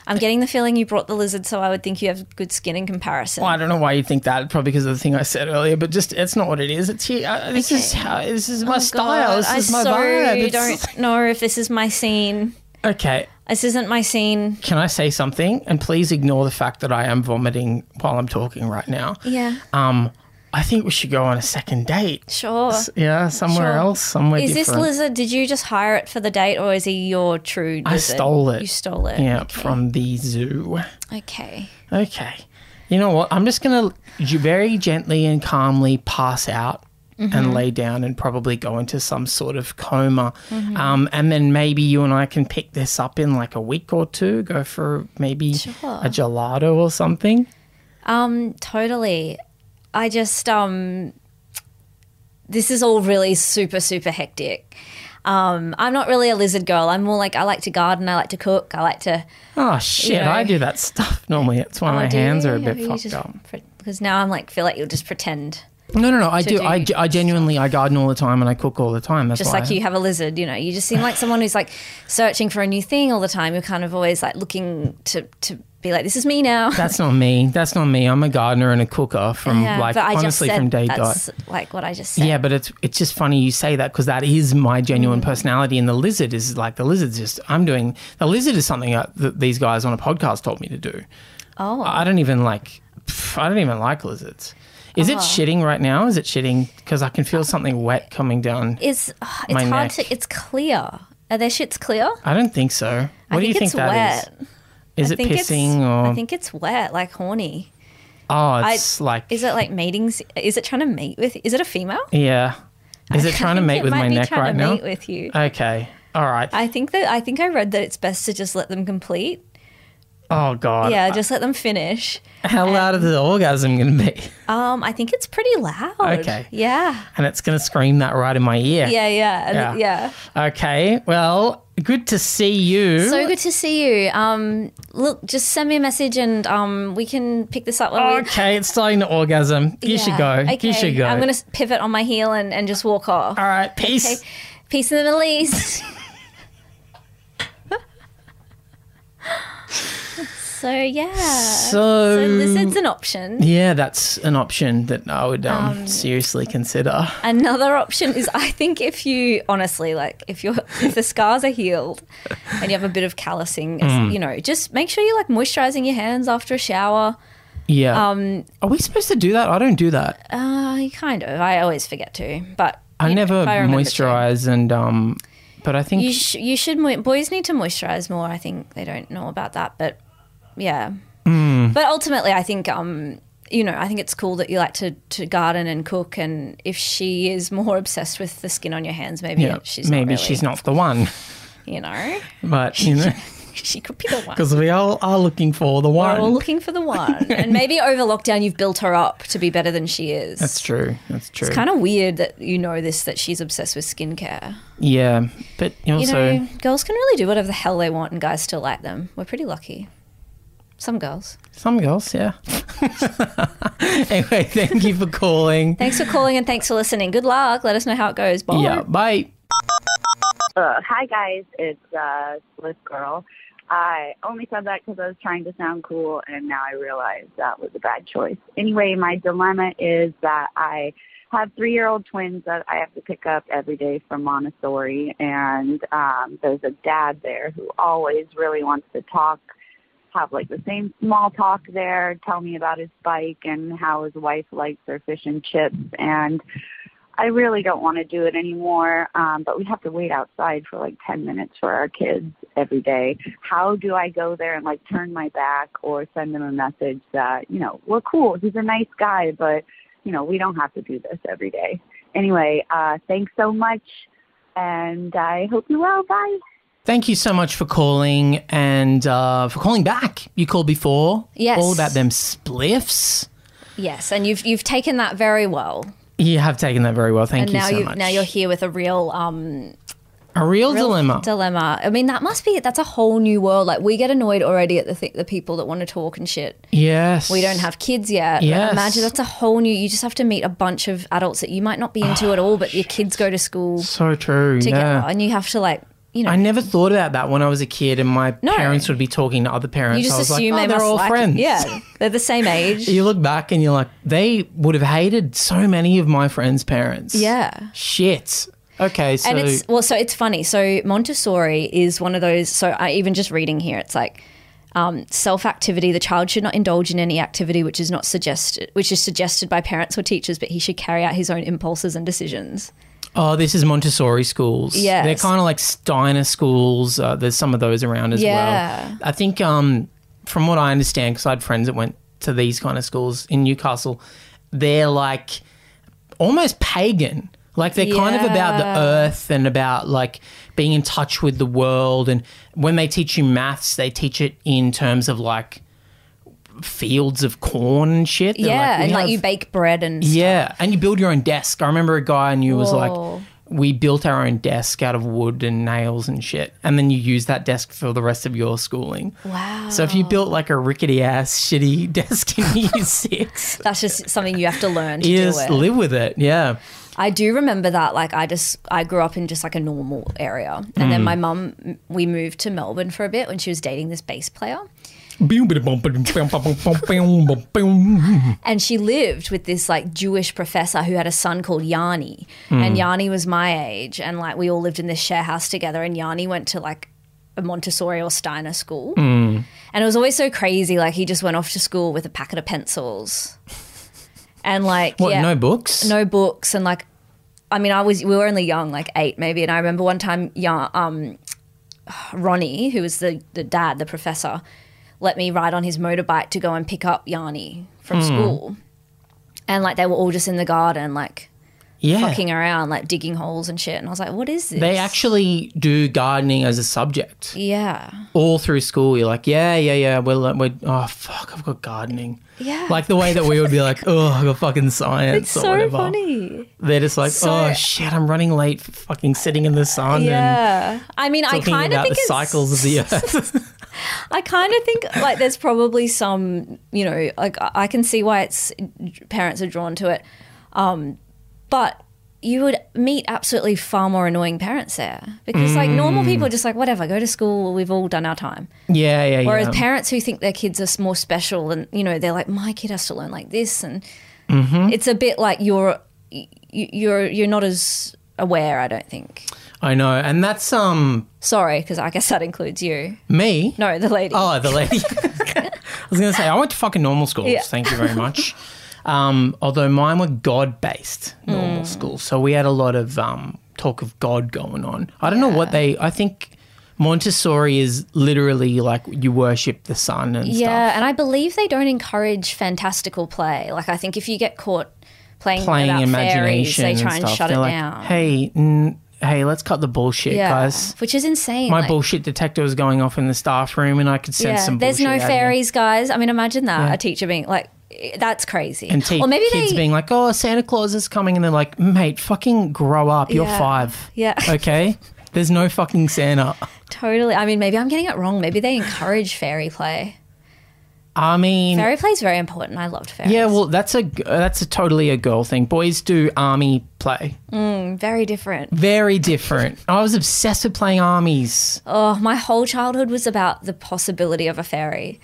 Speaker 1: I'm getting the feeling you brought the lizard, so I would think you have good skin in comparison.
Speaker 2: Well, I don't know why you think that. Probably because of the thing I said earlier. But just it's not what it is. It's here. Uh, this is how. This is my style.
Speaker 1: Oh God,
Speaker 2: This is my
Speaker 1: I so
Speaker 2: vibe. It's-
Speaker 1: don't know if this is my scene.
Speaker 2: Okay.
Speaker 1: This isn't my scene.
Speaker 2: Can I say something? And please ignore the fact that I am vomiting while I'm talking right now.
Speaker 1: Yeah.
Speaker 2: Um, I think we should go on a second date.
Speaker 1: Sure.
Speaker 2: Yeah, somewhere
Speaker 1: Sure.
Speaker 2: else, somewhere
Speaker 1: Is this
Speaker 2: different.
Speaker 1: lizard? Did you just hire it for the date, or is he your true? Lizard?
Speaker 2: I stole it.
Speaker 1: You stole it.
Speaker 2: Yeah, from the zoo.
Speaker 1: Okay.
Speaker 2: Okay. You know what? I'm just gonna g- very gently and calmly pass out
Speaker 1: Mm-hmm.
Speaker 2: and lay down and probably go into some sort of coma. Um, and then maybe you and I can pick this up in like a week or two. Go for maybe a gelato or something.
Speaker 1: Um. Totally. I just um. This is all really super super hectic. Um, I'm not really a lizard girl. I'm more like I like to garden. I like to cook. I like to.
Speaker 2: Oh shit!
Speaker 1: know.
Speaker 2: I do that stuff normally. That's why my
Speaker 1: do
Speaker 2: hands are a
Speaker 1: you?
Speaker 2: bit
Speaker 1: You
Speaker 2: fucked
Speaker 1: just
Speaker 2: up.
Speaker 1: pre- Because now I'm like feel like you'll just pretend,
Speaker 2: No, no, no. I do.
Speaker 1: do
Speaker 2: I, ge- I genuinely I garden all the time and I cook all the time. That's
Speaker 1: just
Speaker 2: why
Speaker 1: like
Speaker 2: I-
Speaker 1: you have a lizard. You know, you just seem like someone who's like searching for a new thing all the time. You're kind of always like looking to to be like, this is me now.
Speaker 2: That's not me. That's not me. I'm a gardener and a cooker from
Speaker 1: Yeah,
Speaker 2: like
Speaker 1: but I just
Speaker 2: honestly
Speaker 1: said
Speaker 2: from day dot.
Speaker 1: that's Like what I just said.
Speaker 2: Yeah, but it's it's just funny you say that because that is my
Speaker 1: Mm.
Speaker 2: genuine personality. And the lizard is like the lizard's just I'm doing the lizard is something that th- these guys on a podcast told me to do.
Speaker 1: Oh.
Speaker 2: I don't even like pff, I don't even like lizards. Is it
Speaker 1: Uh-huh.
Speaker 2: shitting right now? Is it shitting? Because I can feel something wet coming down.
Speaker 1: It's ah, it's
Speaker 2: My
Speaker 1: hard
Speaker 2: neck.
Speaker 1: to. It's clear. Are their shits clear?
Speaker 2: I don't think so. What
Speaker 1: I
Speaker 2: do you
Speaker 1: think
Speaker 2: think
Speaker 1: it's
Speaker 2: that is?
Speaker 1: wet.
Speaker 2: Is
Speaker 1: I
Speaker 2: it
Speaker 1: think it's-
Speaker 2: pissing or
Speaker 1: I think it's wet, like horny.
Speaker 2: oh, it's like
Speaker 1: Is it like meetings? Is it trying to mate with? Is it a female?
Speaker 2: yeah? Is it trying to
Speaker 1: I think
Speaker 2: mate
Speaker 1: it
Speaker 2: with
Speaker 1: might
Speaker 2: my
Speaker 1: be
Speaker 2: neck
Speaker 1: trying
Speaker 2: right
Speaker 1: to
Speaker 2: now?
Speaker 1: Mate with you.
Speaker 2: Okay, all right.
Speaker 1: I think that I think I read that it's best to just let them complete.
Speaker 2: oh god,
Speaker 1: Yeah, just let them finish.
Speaker 2: how loud is the orgasm going to be?
Speaker 1: Um, I think it's pretty loud.
Speaker 2: Okay.
Speaker 1: Yeah.
Speaker 2: And it's going to scream that right in my ear.
Speaker 1: Yeah. Yeah.
Speaker 2: Yeah.
Speaker 1: and- yeah.
Speaker 2: Okay, well, good to see you.
Speaker 1: So good to see you. Um, look, just send me a message and um, we can pick this up when we.
Speaker 2: okay, it's starting to orgasm. Oh, You should go.
Speaker 1: Yeah. Okay.
Speaker 2: You should go.
Speaker 1: I'm going to pivot on my heel and, and just walk off.
Speaker 2: All right, peace.
Speaker 1: Okay. Peace in the Middle East. so, yeah.
Speaker 2: So,
Speaker 1: So, this is an option.
Speaker 2: yeah, that's an option that I would um, seriously consider.
Speaker 1: Another option is I think if you honestly like if you're if the scars are healed
Speaker 2: Mm.
Speaker 1: and you have a bit of callousing, you know, just make sure you're like moisturizing your hands after a shower.
Speaker 2: Yeah. Um, Are we supposed to do that? I don't do that.
Speaker 1: Uh, kind of. I always forget to, but
Speaker 2: I
Speaker 1: you know,
Speaker 2: never
Speaker 1: if remember to.
Speaker 2: moisturize and um, but I think
Speaker 1: You sh- you should mo- boys need to moisturize more. I think they don't know about that, but yeah.
Speaker 2: Hmm.
Speaker 1: But ultimately, I think um you know I think it's cool that you like to to garden and cook, and if she is more obsessed with the skin on your hands, maybe
Speaker 2: yeah,
Speaker 1: she's
Speaker 2: maybe
Speaker 1: not really,
Speaker 2: she's not the one,
Speaker 1: You know,
Speaker 2: but you know,
Speaker 1: she could be the one.
Speaker 2: because we all are looking for the
Speaker 1: We're
Speaker 2: one.
Speaker 1: all looking for the one, and maybe over lockdown you've built her up to be better than she is.
Speaker 2: That's true. That's true.
Speaker 1: It's kind of weird that you know this that she's obsessed with skincare.
Speaker 2: yeah, but also
Speaker 1: You know, girls can really do whatever the hell they want, and guys still like them. We're pretty lucky. Some girls.
Speaker 2: some girls, yeah. anyway, thank you for calling.
Speaker 1: Thanks for calling and thanks for listening. Good luck. Let us know how it goes. Bye.
Speaker 2: yeah, bye.
Speaker 8: Uh, hi guys, it's uh, Swiss Girl. I only said that because I was trying to sound cool, and now I realize that was a bad choice. Anyway, my dilemma is that I have three-year-old twins that I have to pick up every day from Montessori, and um, there's a dad there who always really wants to talk, have like the same small talk there, tell me about his bike and how his wife likes her fish and chips, and I really don't want to do it anymore, um, but we have to wait outside for like 10 minutes for our kids every day. How do I go there and like turn my back or send them a message that, you know, we're cool, he's a nice guy, but, you know, we don't have to do this every day. Anyway, uh, thanks so much, and I hope you're well. Bye.
Speaker 2: Thank you so much for calling and uh, for calling back. You called before.
Speaker 1: Yes.
Speaker 2: All about them spliffs.
Speaker 1: Yes, and you've you've taken that very well.
Speaker 2: You have taken that very well. Thank
Speaker 1: and
Speaker 2: you
Speaker 1: now
Speaker 2: so
Speaker 1: you
Speaker 2: much.
Speaker 1: now you're here with a real um
Speaker 2: a real,
Speaker 1: real
Speaker 2: dilemma.
Speaker 1: Dilemma. I mean, that must be that's a whole new world. Like we get annoyed already at the th- the people that want to talk and shit.
Speaker 2: yes.
Speaker 1: We don't have kids yet. but
Speaker 2: Yes.
Speaker 1: Imagine that's a whole new. You just have to meet a bunch of adults that you might not be into at all, but your kids go to school
Speaker 2: So true.
Speaker 1: together,
Speaker 2: Yeah.
Speaker 1: and you have to like you know.
Speaker 2: I never thought about that when I was a kid, and my
Speaker 1: No.
Speaker 2: parents would be talking to other parents.
Speaker 1: you just
Speaker 2: I was
Speaker 1: assume
Speaker 2: like, oh,
Speaker 1: they
Speaker 2: they're
Speaker 1: must
Speaker 2: all
Speaker 1: like
Speaker 2: friends.
Speaker 1: Yeah, they're the same age.
Speaker 2: You look back and you're like, they would have hated so many of my friends' parents.
Speaker 1: yeah.
Speaker 2: Shit. Okay, so
Speaker 1: and it's well so it's funny so montessori is one of those so i even just reading here it's like um, self-activity the child should not indulge in any activity which is not suggested which is suggested by parents or teachers but he should carry out his own impulses and decisions
Speaker 2: oh, this is Montessori schools.
Speaker 1: Yes.
Speaker 2: they're kind of like Steiner schools. Uh, there's some of those around as
Speaker 1: Yeah.
Speaker 2: well. I think, um, from what I understand, because I had friends that went to these kind of schools in Newcastle, they're like almost pagan. Like they're kind of about the earth and about like being in touch with the world. And when they teach you maths, they teach it in terms of like fields of corn and shit. They're
Speaker 1: yeah
Speaker 2: we
Speaker 1: and like
Speaker 2: have-
Speaker 1: you bake bread and
Speaker 2: yeah, and you build your own desk. I remember a guy I knew was
Speaker 1: Whoa.
Speaker 2: like, we built our own desk out of wood and nails and shit, and then you use that desk for the rest of your schooling.
Speaker 1: Wow.
Speaker 2: So if you built like a rickety ass shitty desk in year six,
Speaker 1: that's just something you have to learn to
Speaker 2: you
Speaker 1: do
Speaker 2: just
Speaker 1: it.
Speaker 2: live with it. Yeah.
Speaker 1: I do remember that. Like, I just I grew up in just like a normal area, and
Speaker 2: Hmm.
Speaker 1: then my mum we moved to Melbourne for a bit when she was dating this bass player, and she lived with this like Jewish professor who had a son called Yanni,
Speaker 2: Hmm.
Speaker 1: and Yanni was my age, and like we all lived in this share house together, and Yanni went to like a Montessori or Steiner school,
Speaker 2: Hmm.
Speaker 1: and it was always so crazy. Like he just went off to school with a packet of pencils, and like
Speaker 2: What?
Speaker 1: yeah,
Speaker 2: No books.
Speaker 1: no books, and like I mean I was we were only young, like eight maybe, and I remember one time, yeah, um, Ronnie, who was the the dad, the professor, let me ride on his motorbike to go and pick up Yanni
Speaker 2: Hmm.
Speaker 1: from school. And like they were all just in the garden, like
Speaker 2: Yeah.
Speaker 1: fucking around, like digging holes and shit. And I was like, what is this?
Speaker 2: they actually do gardening as a subject
Speaker 1: Yeah.
Speaker 2: all through school. You're like, yeah, yeah, yeah. We're, like- we're oh fuck, I've got gardening.
Speaker 1: Yeah.
Speaker 2: Like the way that we would be like, oh, I got fucking science
Speaker 1: it's
Speaker 2: or
Speaker 1: so
Speaker 2: whatever.
Speaker 1: funny.
Speaker 2: They're just like,
Speaker 1: So-
Speaker 2: oh shit, I'm running late for fucking sitting in the sun
Speaker 1: Yeah. I mean, I
Speaker 2: and talking
Speaker 1: kind of
Speaker 2: about
Speaker 1: think
Speaker 2: the
Speaker 1: it's
Speaker 2: cycles of the earth.
Speaker 1: I kind of think like there's probably some, you know, like I I can see why it's parents are drawn to it, um, but you would meet absolutely far more annoying parents there because like normal people are just like whatever, go to school, we've all done our time.
Speaker 2: yeah, yeah, yeah.
Speaker 1: Whereas parents who think their kids are s- more special and you know they're like my kid has to learn like this and it's a bit like you're y- you're you're not as aware. I don't think.
Speaker 2: I know, and that's um
Speaker 1: Sorry, because I guess that includes you.
Speaker 2: me.
Speaker 1: No, the lady.
Speaker 2: Oh, the Oh, lady. was going to say, I went to fucking normal schools.
Speaker 1: Yeah.
Speaker 2: Thank you very much. Um, although mine were God based
Speaker 1: Hmm.
Speaker 2: normal schools. So we had a lot of um, talk of God going on. I don't know what they, I think Montessori is literally like you worship the sun and
Speaker 1: Yeah,
Speaker 2: stuff.
Speaker 1: and I believe they don't encourage fantastical play. Like I think if you get caught playing,
Speaker 2: Playing
Speaker 1: about
Speaker 2: imagination.
Speaker 1: fairies, they try
Speaker 2: and
Speaker 1: and,
Speaker 2: stuff.
Speaker 1: shut
Speaker 2: They're
Speaker 1: it
Speaker 2: like,
Speaker 1: down.
Speaker 2: Hey, n- hey, let's cut the bullshit,
Speaker 1: yeah,
Speaker 2: guys.
Speaker 1: which is insane.
Speaker 2: My
Speaker 1: like-
Speaker 2: bullshit detector was going off in the staff room and I could sense some bullshit.
Speaker 1: there's no
Speaker 2: out of it.
Speaker 1: fairies, guys. I mean, imagine that a teacher being like, "That's crazy,"
Speaker 2: And te-
Speaker 1: or maybe
Speaker 2: kids
Speaker 1: they,
Speaker 2: being like, "Oh, Santa Claus is coming," and they're like, "Mate, fucking grow up. You're
Speaker 1: Yeah.
Speaker 2: five.
Speaker 1: Yeah.
Speaker 2: okay. There's no fucking Santa.
Speaker 1: totally. I mean, maybe I'm getting it wrong. Maybe they encourage fairy play.
Speaker 2: I mean,
Speaker 1: Fairy play is very important. I loved fairies.
Speaker 2: yeah. Well, that's a g- that's a totally a girl thing. Boys do army play.
Speaker 1: very different.
Speaker 2: Very different. I was obsessed with playing armies.
Speaker 1: Oh, my whole childhood was about the possibility of a fairy.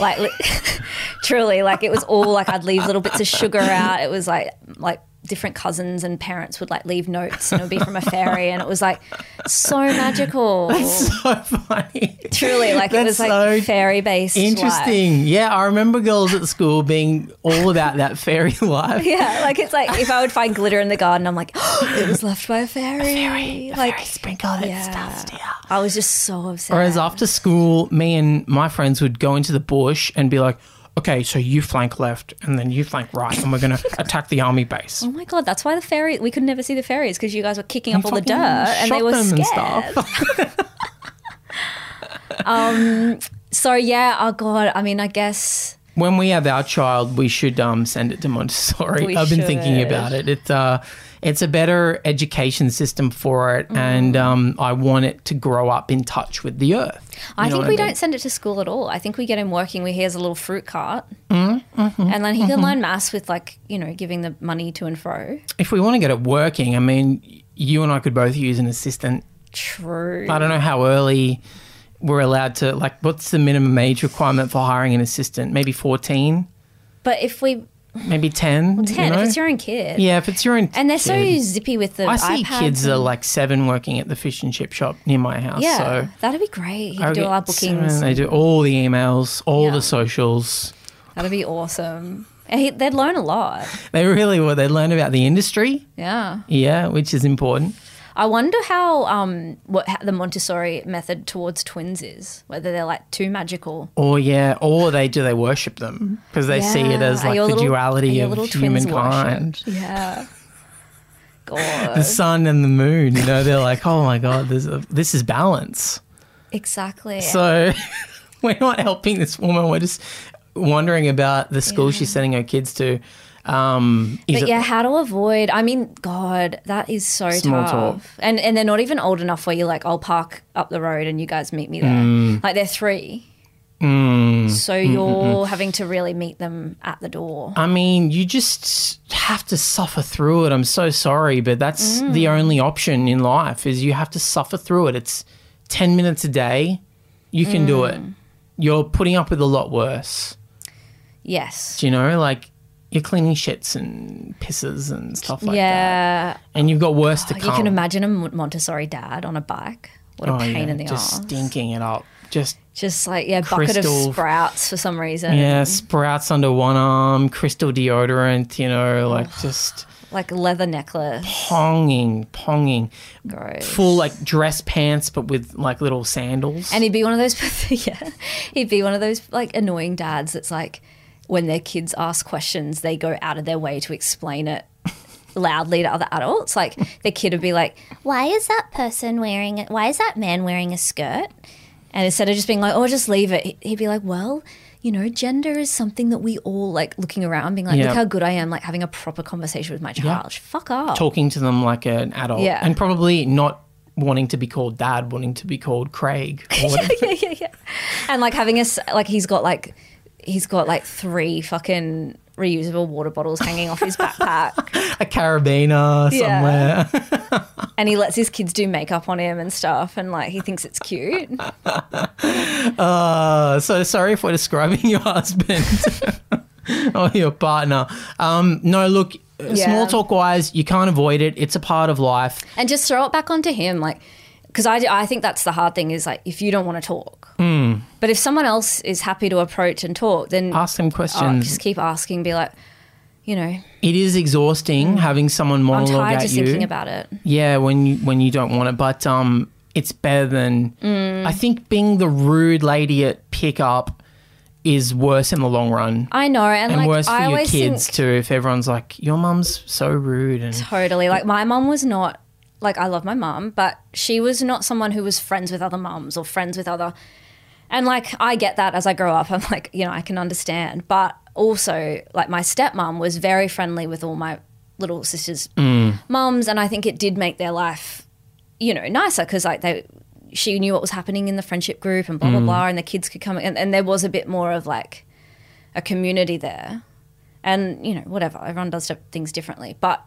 Speaker 1: Like, li- truly, like it was all like I'd leave little bits of sugar out. It was like like different cousins and parents would like leave notes, and it would be from a fairy, and it was like so magical.
Speaker 2: so funny.
Speaker 1: truly, like it
Speaker 2: That's
Speaker 1: was like
Speaker 2: so
Speaker 1: fairy based.
Speaker 2: Interesting. Yeah, I remember girls at school being all about that fairy life.
Speaker 1: Yeah, like it's like if I would find glitter in the garden, I'm like, it was left by a fairy. like,
Speaker 2: sprinkled it stuff
Speaker 1: yeah. I was just so upset.
Speaker 2: Whereas after school, me and my friends would go into the bush and be like, okay, so you flank left and then you flank right and we're going to attack the army base.
Speaker 1: Oh my god, that's why the fairy we could never see the fairies because you guys were kicking up all the
Speaker 2: Fucking
Speaker 1: dirt and they
Speaker 2: shot
Speaker 1: were
Speaker 2: them
Speaker 1: scared.
Speaker 2: and stuff.
Speaker 1: Um, So yeah, oh god, I mean, I guess
Speaker 2: when we have our child, we should um, send it to Montessori.
Speaker 1: We
Speaker 2: I've been thinking
Speaker 1: should.
Speaker 2: about it. It's uh, it's a better education system for
Speaker 1: Mm.
Speaker 2: it, and um, I want it to grow up in touch with the earth. You
Speaker 1: I
Speaker 2: know
Speaker 1: think
Speaker 2: what
Speaker 1: we
Speaker 2: mean?
Speaker 1: don't send it to school at all. I think we get him working where he has a little fruit cart,
Speaker 2: Mm, mm-hmm,
Speaker 1: and then he can learn maths with like you know giving the money to and fro.
Speaker 2: If we want to get it working, I mean, you and I could both use an assistant
Speaker 1: True.
Speaker 2: I don't know how early we're allowed to like what's the minimum age requirement for hiring an assistant? Maybe 14,
Speaker 1: But if we
Speaker 2: maybe 10. you
Speaker 1: ten,
Speaker 2: know?
Speaker 1: if it's your own kid,
Speaker 2: Yeah, if it's your own
Speaker 1: and they're so
Speaker 2: kid.
Speaker 1: zippy with the
Speaker 2: I see
Speaker 1: iPads
Speaker 2: kids that
Speaker 1: and-
Speaker 2: are like 7 working at the fish and chip shop near my house.
Speaker 1: Yeah,
Speaker 2: So
Speaker 1: that'd be great. He
Speaker 2: I
Speaker 1: could do
Speaker 2: get
Speaker 1: all our
Speaker 2: seven,
Speaker 1: bookings.
Speaker 2: They do all the emails, all
Speaker 1: Yeah.
Speaker 2: the socials.
Speaker 1: That'd be awesome. And he, they'd learn a lot.
Speaker 2: They really were. They learn about the industry,
Speaker 1: Yeah.
Speaker 2: yeah, which is important.
Speaker 1: I wonder how um what how the Montessori method towards twins is. Whether they're like too magical.
Speaker 2: Or yeah, or they do they worship them because they see it as
Speaker 1: Yeah. Are
Speaker 2: like the
Speaker 1: your little- are
Speaker 2: duality
Speaker 1: your
Speaker 2: of
Speaker 1: little twins
Speaker 2: humankind.
Speaker 1: worshipped? Yeah.
Speaker 2: the
Speaker 1: God.
Speaker 2: sun and the moon. You know, they're like, oh my god, this this is balance.
Speaker 1: Exactly.
Speaker 2: So we're not helping this woman. We're just wondering about the school she's sending her kids to. Um, is
Speaker 1: but
Speaker 2: it-
Speaker 1: yeah, how to avoid? I mean, God, that is so
Speaker 2: Small
Speaker 1: tough.
Speaker 2: talk.
Speaker 1: And and they're not even old enough where you're like, I'll park up the road and you guys meet me there.
Speaker 2: Mm.
Speaker 1: Like they're three. So you're having to really meet them at the door.
Speaker 2: I mean, you just have to suffer through it. I'm so sorry, but that's the
Speaker 1: Mm.
Speaker 2: only option in life is you have to suffer through it. It's ten minutes a day. You can do it.
Speaker 1: Mm.
Speaker 2: You're putting up with a lot worse.
Speaker 1: Yes.
Speaker 2: Do you know, like you're cleaning shits and pisses and stuff like that.
Speaker 1: yeah.
Speaker 2: And you've got worse to
Speaker 1: Like,
Speaker 2: come.
Speaker 1: you can imagine a Mon- Montessori dad on a bike. What a
Speaker 2: Oh,
Speaker 1: pain
Speaker 2: yeah,
Speaker 1: in the
Speaker 2: just
Speaker 1: arse.
Speaker 2: stinking it up. Just
Speaker 1: Just like yeah, bucket
Speaker 2: Crystal-
Speaker 1: of sprouts for some reason.
Speaker 2: yeah, sprouts under one arm, crystal deodorant. You know, like just
Speaker 1: Like leather necklace.
Speaker 2: ponging, ponging,
Speaker 1: Gross.
Speaker 2: full like dress pants, but with like little sandals.
Speaker 1: And he'd be one of those yeah. He'd be one of those like annoying dads that's like when their kids ask questions, they go out of their way to explain it loudly to other adults. Like the kid would be like, Why is that person wearing it why is that man wearing a skirt? And instead of just being like, Oh, just leave it, he- he'd be like, Well, you know, gender is something that we all like looking around, being like,
Speaker 2: Yeah.
Speaker 1: Look how good I am, like having a proper conversation with my child. Fuck off.
Speaker 2: talking to them like an adult,
Speaker 1: Yeah.
Speaker 2: and probably not wanting to be called dad, wanting to be called Craig. Or whatever.
Speaker 1: yeah, yeah, yeah. And like having us, like he's got like he's got like three fucking reusable water bottles hanging off his backpack,
Speaker 2: a carabiner somewhere.
Speaker 1: Yeah. and he lets his kids do makeup on him and stuff, and like he thinks it's cute.
Speaker 2: Uh, so sorry if we're describing your husband or your partner. Um, no, look,
Speaker 1: Yeah.
Speaker 2: small talk wise, you can't avoid it. It's a part of life.
Speaker 1: And just throw it back onto him, like. because I, I think that's the hard thing is like if you don't want to talk
Speaker 2: Hmm.
Speaker 1: but if someone else is happy to approach and talk then
Speaker 2: Ask them
Speaker 1: oh,
Speaker 2: questions.
Speaker 1: just keep asking be like you know
Speaker 2: it is exhausting having someone
Speaker 1: Mm. i'm
Speaker 2: monologue
Speaker 1: tired
Speaker 2: at
Speaker 1: just
Speaker 2: you.
Speaker 1: thinking about it
Speaker 2: Yeah, when you when you don't want it, but um, it's better than
Speaker 1: Mm.
Speaker 2: I think being the rude lady at pickup is worse in the long run,
Speaker 1: i know and,
Speaker 2: and
Speaker 1: like
Speaker 2: worse for
Speaker 1: i
Speaker 2: your
Speaker 1: always
Speaker 2: kids
Speaker 1: think
Speaker 2: too. If everyone's like, "Your mum's so rude," and
Speaker 1: Totally. Like my mum was not like I love my mum, but she was not someone who was friends with other mums or friends with other and like I get that as I grow up. I'm like, you know, I can understand. But also like my stepmom was very friendly with all my little sisters' mums and I think it did make their life, you know, nicer cuz like they she knew what was happening in the friendship group and blah blah blah and the kids could come and, and there was a bit more of like a community there. And you know, whatever. Everyone does things differently, but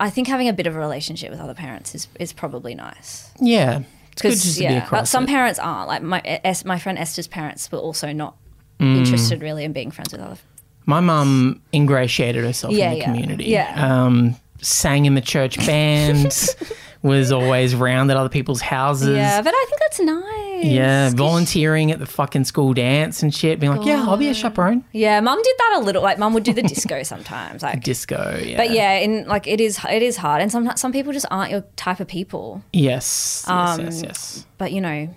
Speaker 1: I think having a bit of a relationship with other parents is, is probably nice
Speaker 2: yeah, it's good just
Speaker 1: because
Speaker 2: to be
Speaker 1: yeah, uh,
Speaker 2: across.
Speaker 1: some
Speaker 2: it.
Speaker 1: parents aren't like my es, my friend Esther's parents were also not
Speaker 2: Mm.
Speaker 1: interested really in being friends with other.
Speaker 2: My mum ingratiated herself
Speaker 1: Yeah,
Speaker 2: in the
Speaker 1: yeah,
Speaker 2: community.
Speaker 1: yeah.
Speaker 2: Um, sang in the church bands, was always round at other people's houses.
Speaker 1: Yeah, but I think that's nice.
Speaker 2: Yeah, volunteering at the fucking school dance and shit, being like, yeah, I'll be a chaperone.
Speaker 1: yeah. Mum did that a little. Like mum would do the disco sometimes. Like,
Speaker 2: Disco, yeah.
Speaker 1: but yeah, in like it is it is hard, and some some people just aren't your type of people.
Speaker 2: Yes, yes,
Speaker 1: Um,
Speaker 2: yes, yes.
Speaker 1: But you know.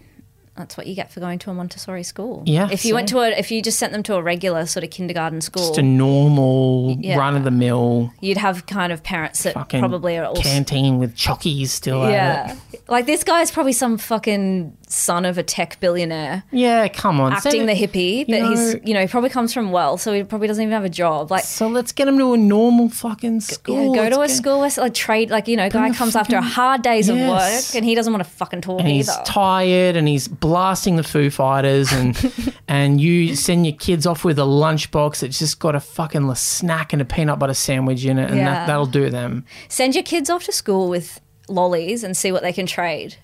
Speaker 1: That's what you get for going to a Montessori school.
Speaker 2: Yeah,
Speaker 1: If you went to a, if you just sent them to a regular sort of kindergarten school,
Speaker 2: Just a normal,
Speaker 1: Yeah.
Speaker 2: run of the mill
Speaker 1: you'd have kind of parents that
Speaker 2: fucking
Speaker 1: probably are also
Speaker 2: canteen with chockies still at
Speaker 1: Yeah.
Speaker 2: it.
Speaker 1: Like this guy's probably some fucking son of a tech billionaire
Speaker 2: Yeah, come on.
Speaker 1: acting the
Speaker 2: so,
Speaker 1: hippie, but
Speaker 2: you
Speaker 1: he's,
Speaker 2: know-
Speaker 1: you know, he probably comes from wealth, so he probably doesn't even have a job. Like,
Speaker 2: So let's get them to a normal fucking school.
Speaker 1: yeah, go
Speaker 2: Let's
Speaker 1: to a
Speaker 2: get-
Speaker 1: school where, like, trade, like, you know, guy
Speaker 2: the
Speaker 1: comes after a
Speaker 2: fucking-
Speaker 1: hard days
Speaker 2: Yes.
Speaker 1: of work and he doesn't want to fucking talk
Speaker 2: And he's
Speaker 1: either.
Speaker 2: tired and he's blasting the Foo Fighters and and you send your kids off with a lunchbox that's just got a fucking la- snack and a peanut butter sandwich in it and
Speaker 1: Yeah.
Speaker 2: that, that'll do them.
Speaker 1: Send your kids off to school with lollies and see what they can trade.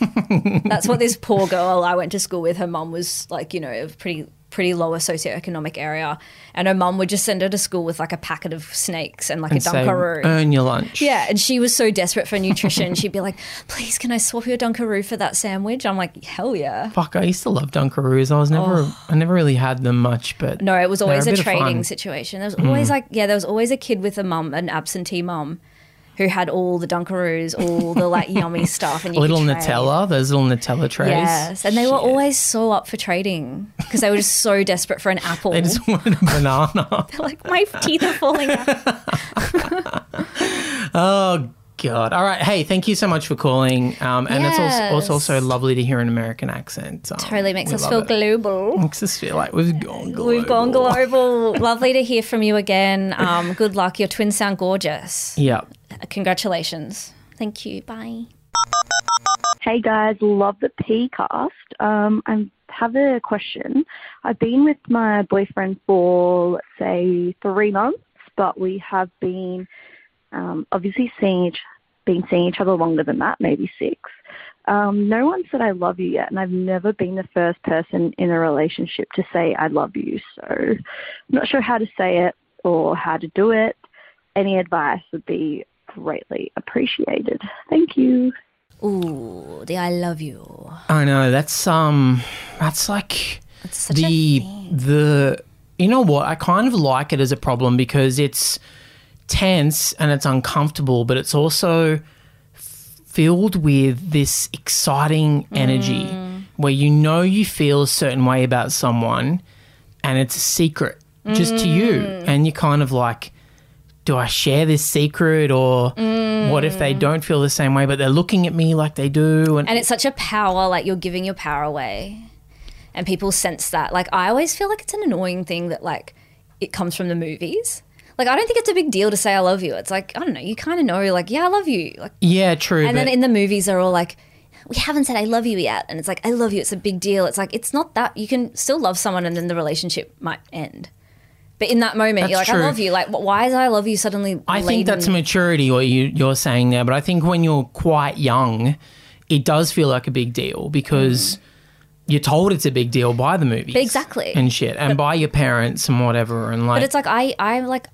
Speaker 1: That's what this poor girl I went to school with, her mum was like, you know, a pretty pretty lower socioeconomic area. And her mum would just send her to school with like a packet of snakes and like
Speaker 2: And
Speaker 1: a
Speaker 2: say,
Speaker 1: Dunkaroo.
Speaker 2: earn your lunch.
Speaker 1: Yeah, and she was so desperate for nutrition. She'd be like, "Please, can I swap your Dunkaroo for that sandwich?" I'm like, "Hell yeah!"
Speaker 2: Fuck, I used to love Dunkaroos. I was never, I never really had them much, but
Speaker 1: Oh. No, it was
Speaker 2: they're
Speaker 1: always a,
Speaker 2: bit of
Speaker 1: trading
Speaker 2: fun. Mm.
Speaker 1: situation. There was always like, yeah, there was always a kid with a mum, an absentee mum, who had all the Dunkaroos, all the like yummy stuff, and you
Speaker 2: little
Speaker 1: could trade.
Speaker 2: Nutella, those little Nutella trays.
Speaker 1: Yes, and they were always so up for trading because they were just so desperate for an apple.
Speaker 2: They just wanted a banana.
Speaker 1: like my teeth are falling out.
Speaker 2: oh God! All right. Hey, thank you so much for calling. Um, and it's also,
Speaker 1: Yes.
Speaker 2: also also lovely to hear an American accent. Um,
Speaker 1: Totally makes
Speaker 2: we
Speaker 1: us
Speaker 2: love
Speaker 1: feel
Speaker 2: it.
Speaker 1: global.
Speaker 2: Makes us feel like we've gone global.
Speaker 1: We've gone global. Lovely to hear from you again. Um, good luck. Your twins sound gorgeous.
Speaker 2: Yeah.
Speaker 1: Congratulations. Thank you. Bye.
Speaker 8: Hey guys, love the PCast. Um, I have a question. I've been with my boyfriend for, let's say, three months, but we have been um, obviously seeing each, been seeing each other longer than that, maybe six. Um, no one said I love you yet, and I've never been the first person in a relationship to say I love you. So, I'm not sure how to say it or how to do it. Any advice would be greatly appreciated. Thank you.
Speaker 1: Ooh, the I love you.
Speaker 2: I know. That's um. That's like
Speaker 1: It's such a
Speaker 2: the the. You know what? I kind of like it as a problem because it's tense and it's uncomfortable, but it's also filled with this exciting energy
Speaker 1: Mm.
Speaker 2: where you know you feel a certain way about someone and it's a secret just to you.
Speaker 1: Mm.
Speaker 2: And you're kind of like, do I share this secret or what if they don't feel the same way, but they're looking at me like they do? And,
Speaker 1: Mm. And it's such a power, like you're giving your power away. And people sense that. Like, I always feel like it's an annoying thing that, like, it comes from the movies. Like, I don't think it's a big deal to say I love you. It's like, I don't know, you kind of know, like, yeah, I love you. Like,
Speaker 2: yeah, true.
Speaker 1: And
Speaker 2: but
Speaker 1: then in the movies, they're all like, we haven't said I love you yet. And it's like, I love you. It's a big deal. It's like, it's not that. You can still love someone and then the relationship might end. But in that moment, you're like, I
Speaker 2: That's true.
Speaker 1: love you. Like, wh- why is I love you suddenly?
Speaker 2: I think that's
Speaker 1: laden?
Speaker 2: maturity, what you, you're saying there. But I think when you're quite young, it does feel like a big deal because you're told it's a big deal by the movies,
Speaker 1: Mm. Exactly.
Speaker 2: and shit, and by your parents and whatever. And like,
Speaker 1: But it's like, I, I like,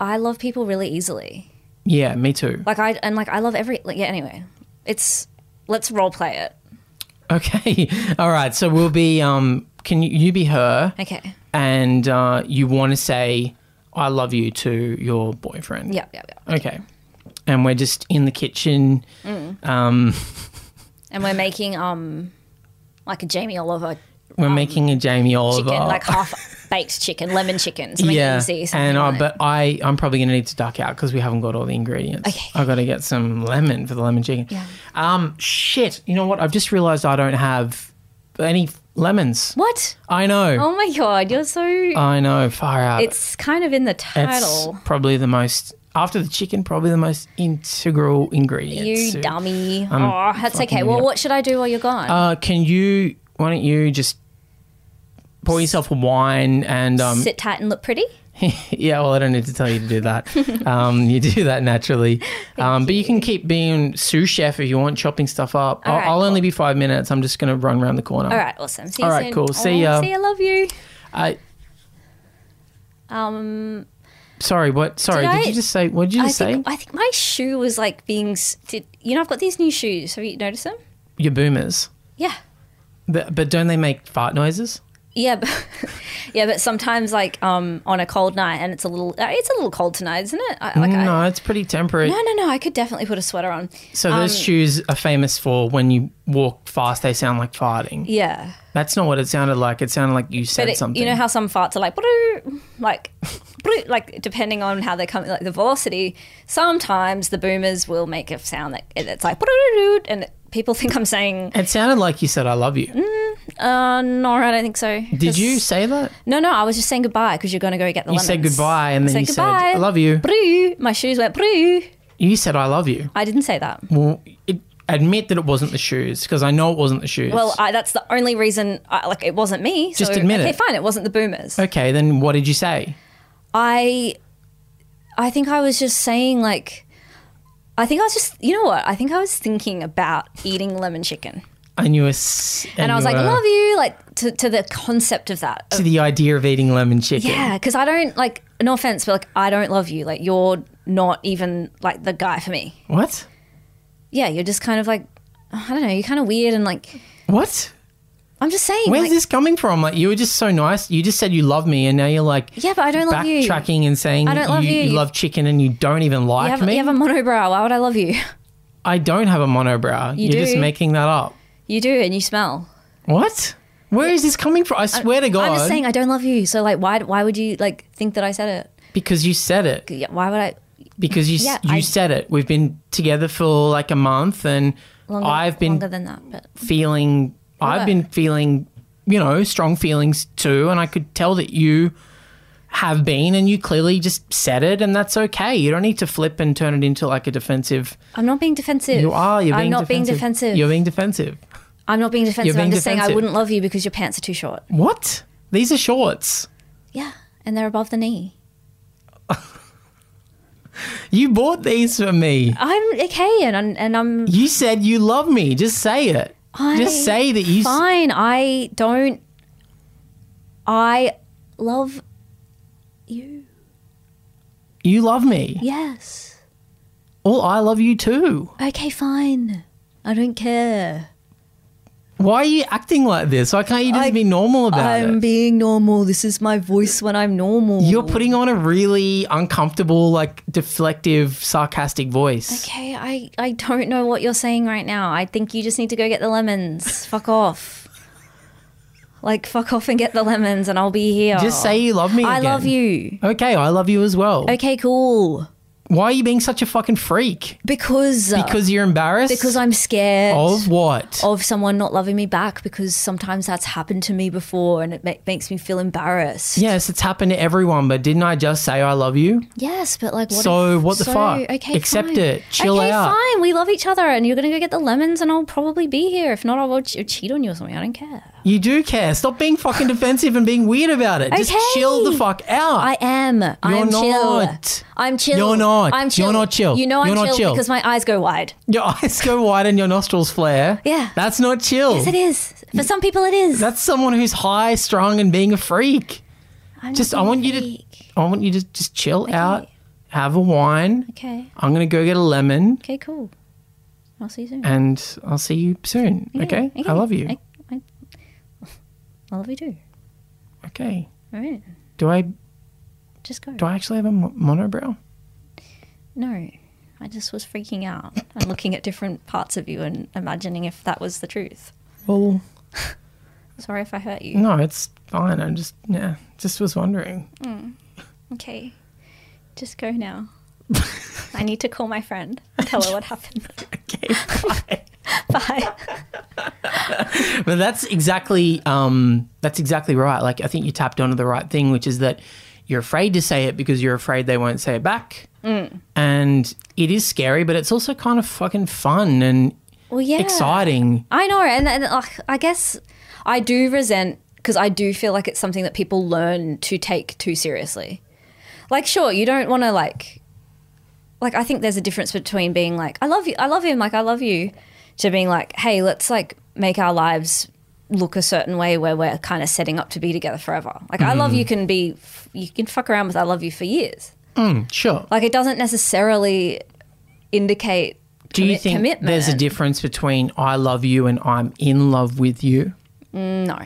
Speaker 1: I love people really easily.
Speaker 2: yeah, me too.
Speaker 1: Like, I, and like, I love every, like, yeah, anyway. It's, Let's role play it.
Speaker 2: Okay. All right. So we'll be. Um, can you, you be her?
Speaker 1: Okay.
Speaker 2: And uh, you want to say, "I love you" to your boyfriend.
Speaker 1: Yep, yep, yep.
Speaker 2: Okay. And we're just in the kitchen. Um,
Speaker 1: And we're making um like a Jamie Oliver
Speaker 2: we're making a Jamie Oliver.
Speaker 1: Um, chicken, like half baked chicken, lemon chicken, something easy. Something
Speaker 2: and uh,
Speaker 1: like
Speaker 2: but I I'm probably gonna need to duck out because we haven't got all the ingredients.
Speaker 1: Okay.
Speaker 2: I got to get some lemon for the lemon chicken.
Speaker 1: Yeah.
Speaker 2: Um, shit. You know what? I've just realised I don't have any lemons.
Speaker 1: what?
Speaker 2: I know.
Speaker 1: Oh my god, you're so.
Speaker 2: I know. Far out.
Speaker 1: it's kind of in the
Speaker 2: That's
Speaker 1: title.
Speaker 2: probably the most after the chicken. Probably the most integral ingredient.
Speaker 1: You
Speaker 2: to-
Speaker 1: dummy.
Speaker 2: I'm
Speaker 1: oh, that's
Speaker 2: fucking
Speaker 1: okay. Well,
Speaker 2: idiot.
Speaker 1: what should I do while you're gone?
Speaker 2: Uh, can you? Why don't you just pour yourself a wine and um,
Speaker 1: Sit tight and look pretty.
Speaker 2: yeah, well, I don't need to tell you to do that. um, you do that naturally. Um, but you can keep being sous chef if you want, chopping stuff up. I'll,
Speaker 1: right,
Speaker 2: I'll only be five minutes. I'm just going to run around the corner.
Speaker 1: All right, awesome. See you
Speaker 2: All right,
Speaker 1: soon.
Speaker 2: cool. See
Speaker 1: Oh,
Speaker 2: ya.
Speaker 1: See ya. Love you.
Speaker 2: I-
Speaker 1: Um,
Speaker 2: sorry, what? Sorry,
Speaker 1: Did
Speaker 2: did,
Speaker 1: I-
Speaker 2: you just say? What did you
Speaker 1: I
Speaker 2: just say?
Speaker 1: think I think my shoe was like being. s- Did you know I've got these new shoes? Have you noticed them?
Speaker 2: Your boomers.
Speaker 1: Yeah.
Speaker 2: But, but don't they make fart noises?
Speaker 1: Yeah, but, yeah, but sometimes like um on a cold night and it's a little uh, it's a little cold tonight, isn't it? I, like I,
Speaker 2: Mm, no, it's pretty temperate.
Speaker 1: no, um, no, no. I could definitely put a sweater on.
Speaker 2: so those shoes are famous for when you walk fast, they sound like farting.
Speaker 1: Yeah,
Speaker 2: That's not what it sounded like. It sounded like you said
Speaker 1: but it,
Speaker 2: something.
Speaker 1: you know how some farts are like "Brrr," like "Brrr," like depending on how they come like the velocity. Sometimes the boomers will make a sound that it's like "Brrr," and people think I'm saying
Speaker 2: it sounded like you said, I love you.
Speaker 1: uh no, I don't think so.
Speaker 2: Did you
Speaker 1: 'Cause-
Speaker 2: say that?
Speaker 1: No, no, I was just saying goodbye because you're going to go get the
Speaker 2: You
Speaker 1: lemons.
Speaker 2: said goodbye and then
Speaker 1: said
Speaker 2: you said,
Speaker 1: goodbye.
Speaker 2: I love you.
Speaker 1: Brrr. My shoes went "Brrr."
Speaker 2: You said, I love you.
Speaker 1: I didn't say that.
Speaker 2: Well, it, admit that it wasn't the shoes because I know it wasn't the shoes.
Speaker 1: Well, I, that's the only reason. I, like, it wasn't me.
Speaker 2: Just
Speaker 1: so,
Speaker 2: admit
Speaker 1: okay,
Speaker 2: it.
Speaker 1: Fine, it wasn't the boomers.
Speaker 2: okay, then what did you say?
Speaker 1: I, I think I was just saying like, I think I was just you know what I think I was thinking about eating lemon chicken,
Speaker 2: And you were, s-
Speaker 1: and I was like,
Speaker 2: were-
Speaker 1: love you, like to, to the concept of that.
Speaker 2: to the idea of eating lemon chicken.
Speaker 1: yeah, because I don't like no offense, but like I don't love you. Like you're not even like the guy for me.
Speaker 2: What?
Speaker 1: Yeah, you're just kind of like I don't know. You're kind of weird and like
Speaker 2: What?
Speaker 1: I'm just saying.
Speaker 2: Where's
Speaker 1: like,
Speaker 2: this coming from? Like you were just so nice. You just said you love me, and now you're like
Speaker 1: Yeah, but I don't love you.
Speaker 2: backtracking and saying
Speaker 1: I don't love you.
Speaker 2: love chicken and you don't even
Speaker 1: You
Speaker 2: like
Speaker 1: have,
Speaker 2: me.
Speaker 1: you have a monobrow. Why would I love you?
Speaker 2: I don't have a monobrow.
Speaker 1: You
Speaker 2: are just
Speaker 1: do.
Speaker 2: making that up.
Speaker 1: You do, and you smell.
Speaker 2: What? Where is this coming from? I swear to God,
Speaker 1: I'm just saying I don't love you. So like, why why would you like think that I said it?
Speaker 2: because you said it.
Speaker 1: Yeah, Why would I?
Speaker 2: because you s-
Speaker 1: Yeah,
Speaker 2: you
Speaker 1: I-
Speaker 2: said it. We've been together for like a month, and
Speaker 1: Longer,
Speaker 2: I've been
Speaker 1: longer than that, but
Speaker 2: feeling. I've
Speaker 1: What?
Speaker 2: been feeling, you know, strong feelings too, and I could tell that you have been, and you clearly just said it, and that's okay. You don't need to flip and turn it into like a defensive.
Speaker 1: I'm not being defensive.
Speaker 2: You are. You're being
Speaker 1: I'm not
Speaker 2: defensive.
Speaker 1: being defensive.
Speaker 2: You're being defensive.
Speaker 1: I'm not being defensive.
Speaker 2: being
Speaker 1: I'm just saying
Speaker 2: defensive.
Speaker 1: I wouldn't love you because your pants are too short.
Speaker 2: What? These are shorts.
Speaker 1: Yeah, and they're above the knee.
Speaker 2: You bought these for me.
Speaker 1: I'm okay, and I'm, and I'm
Speaker 2: You said you love me. Just say it.
Speaker 1: I-
Speaker 2: just say that you. s-
Speaker 1: fine. I don't. I love you.
Speaker 2: You love me.
Speaker 1: Yes.
Speaker 2: Well, I love you too.
Speaker 1: Okay, fine. I don't care.
Speaker 2: Why are you acting like this? Why can't you just
Speaker 1: I-
Speaker 2: be normal about
Speaker 1: I'm
Speaker 2: it?
Speaker 1: being normal. This is my voice when I'm normal.
Speaker 2: You're putting on a really uncomfortable, like deflective, sarcastic voice.
Speaker 1: Okay, I, I don't know what you're saying right now. I think you just need to go get the lemons. fuck off. Like, fuck off and get the lemons, and I'll be here.
Speaker 2: Just say you love me.
Speaker 1: I
Speaker 2: again.
Speaker 1: love you.
Speaker 2: Okay, I love you as well.
Speaker 1: Okay, cool.
Speaker 2: Why are you being such a fucking freak?
Speaker 1: Because because,
Speaker 2: Because you're embarrassed.
Speaker 1: I'm scared
Speaker 2: of what?
Speaker 1: of someone not loving me back. Because sometimes that's happened to me before, and it ma- makes me feel embarrassed.
Speaker 2: yes, it's happened to everyone, but didn't I just say I love you?
Speaker 1: Yes, but like, what
Speaker 2: So,
Speaker 1: if-
Speaker 2: what the fuck?
Speaker 1: Okay,
Speaker 2: Accept
Speaker 1: fine.
Speaker 2: it. Chill
Speaker 1: okay,
Speaker 2: out.
Speaker 1: fine. We love each other, and you're gonna go get the lemons, and I'll probably be here. If not, I will che- cheat on you or something. I don't care.
Speaker 2: You do care. Stop being fucking defensive and being weird about it. Just
Speaker 1: Okay.
Speaker 2: chill the fuck out.
Speaker 1: I am. You're I'm
Speaker 2: not.
Speaker 1: chill. I'm chill.
Speaker 2: You're not.
Speaker 1: I'm chill.
Speaker 2: You're not chill.
Speaker 1: You know
Speaker 2: You're
Speaker 1: I'm
Speaker 2: not
Speaker 1: chill,
Speaker 2: chill.
Speaker 1: because my eyes go wide.
Speaker 2: your eyes go wide and your nostrils flare.
Speaker 1: Yeah.
Speaker 2: That's not chill.
Speaker 1: Yes, it is. For some people, it is.
Speaker 2: That's someone who's high strung and being a freak.
Speaker 1: I'm
Speaker 2: Just
Speaker 1: not
Speaker 2: I want you to
Speaker 1: being fake.
Speaker 2: I want you to just chill out, have a wine.
Speaker 1: Okay.
Speaker 2: I'm gonna go get a lemon.
Speaker 1: Okay. Cool. I'll see you soon.
Speaker 2: and I'll see you soon. Okay?
Speaker 1: Okay.
Speaker 2: I love you.
Speaker 1: I, I, I love you too.
Speaker 2: okay.
Speaker 1: All right.
Speaker 2: Do I
Speaker 1: Just go.
Speaker 2: do I actually have a mo- monobrow?
Speaker 1: No. I just was freaking out and looking at different parts of you and imagining if that was the truth.
Speaker 2: Well,
Speaker 1: Sorry if I hurt you.
Speaker 2: no, it's fine. I'm just yeah, just was wondering.
Speaker 1: Okay. Just go now. I need to call my friend. Tell her what happened.
Speaker 2: Okay.
Speaker 1: Bye.
Speaker 2: But that's exactly um, that's exactly right. Like I think you tapped onto the right thing, which is that you're afraid to say it because you're afraid they won't say it back, and it is scary, but it's also kind of fucking fun and
Speaker 1: Well, yeah.
Speaker 2: exciting.
Speaker 1: I know, and, and like, I guess I do resent because I do feel like it's something that people learn to take too seriously. Like, sure, you don't want to like, like I think there's a difference between being like, I love you, I love him, like I love you, to being like, hey, let's like make our lives look a certain way where we're kind of setting up to be together forever. Like, I love
Speaker 2: Mm.
Speaker 1: you can be, you can fuck around with I love you for years.
Speaker 2: Sure.
Speaker 1: Like, it doesn't necessarily indicate.
Speaker 2: Do you
Speaker 1: commi-
Speaker 2: think there's a
Speaker 1: commitment.
Speaker 2: difference between I love you and I'm in love with you?
Speaker 1: No.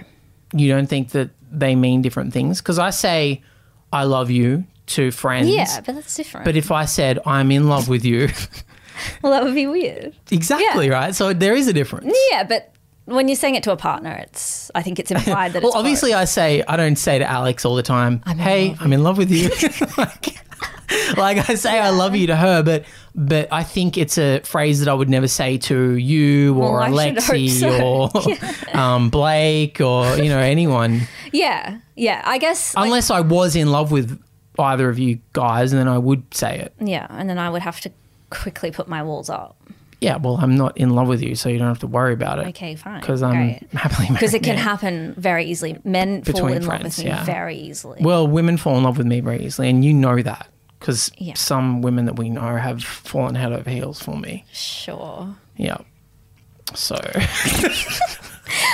Speaker 2: You don't think that they mean different things? Because I say I love you to friends.
Speaker 1: Yeah, but that's different.
Speaker 2: Mm. But if I said I'm in love with you,
Speaker 1: well, that would be weird.
Speaker 2: exactly
Speaker 1: Yeah.
Speaker 2: right. So there is a difference.
Speaker 1: Yeah, but when you're saying it to a partner, it's I think it's implied that.
Speaker 2: Well,
Speaker 1: it's both.
Speaker 2: obviously, I say I don't say to Alex all the time,
Speaker 1: in
Speaker 2: "Hey,
Speaker 1: love
Speaker 2: I'm in love with you." like, like I say, I love you to her, but but I think it's a phrase that I would never say to you or
Speaker 1: Well, I should
Speaker 2: Alexi
Speaker 1: hope
Speaker 2: or um, Blake or you know anyone,
Speaker 1: yeah, yeah. I guess like,
Speaker 2: unless I was in love with either of you guys, and then I would say it.
Speaker 1: yeah, and then I would have to quickly put my walls up.
Speaker 2: Yeah, well, I'm not in love with you, so you don't have to worry about it.
Speaker 1: Okay, fine,
Speaker 2: because I'm
Speaker 1: great.
Speaker 2: happily married.
Speaker 1: Because it can
Speaker 2: now.
Speaker 1: happen very easily. Men fall
Speaker 2: Between
Speaker 1: in love
Speaker 2: friends,
Speaker 1: with me
Speaker 2: yeah.
Speaker 1: very easily.
Speaker 2: Well, women fall in love with me very easily, and you know that because
Speaker 1: Yeah.
Speaker 2: some women that we know have fallen head over heels for me.
Speaker 1: sure.
Speaker 2: Yeah. So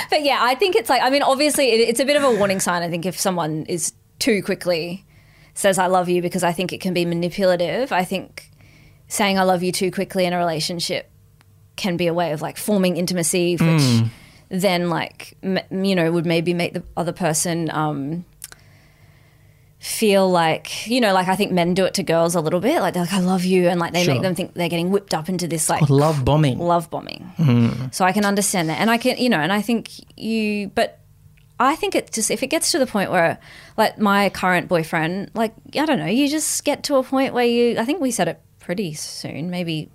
Speaker 1: But yeah, I think it's like, I mean, obviously, it, it's a bit of a warning sign. I think if someone is too quickly says, I love you, because I think it can be manipulative. I think saying I love you too quickly in a relationship can be a way of like forming intimacy, which then, like, m- you know, would maybe make the other person um, feel like, you know, like I think men do it to girls a little bit. Like, they're like, I love you. And like, they
Speaker 2: Sure.
Speaker 1: make them think they're getting whipped up into this like
Speaker 2: love bombing.
Speaker 1: love bombing. So I can understand that. And I can, you know, and I think you, but I think it just, if it gets to the point where, like, my current boyfriend, like, I don't know, you just get to a point where you, I think we said it pretty soon, maybe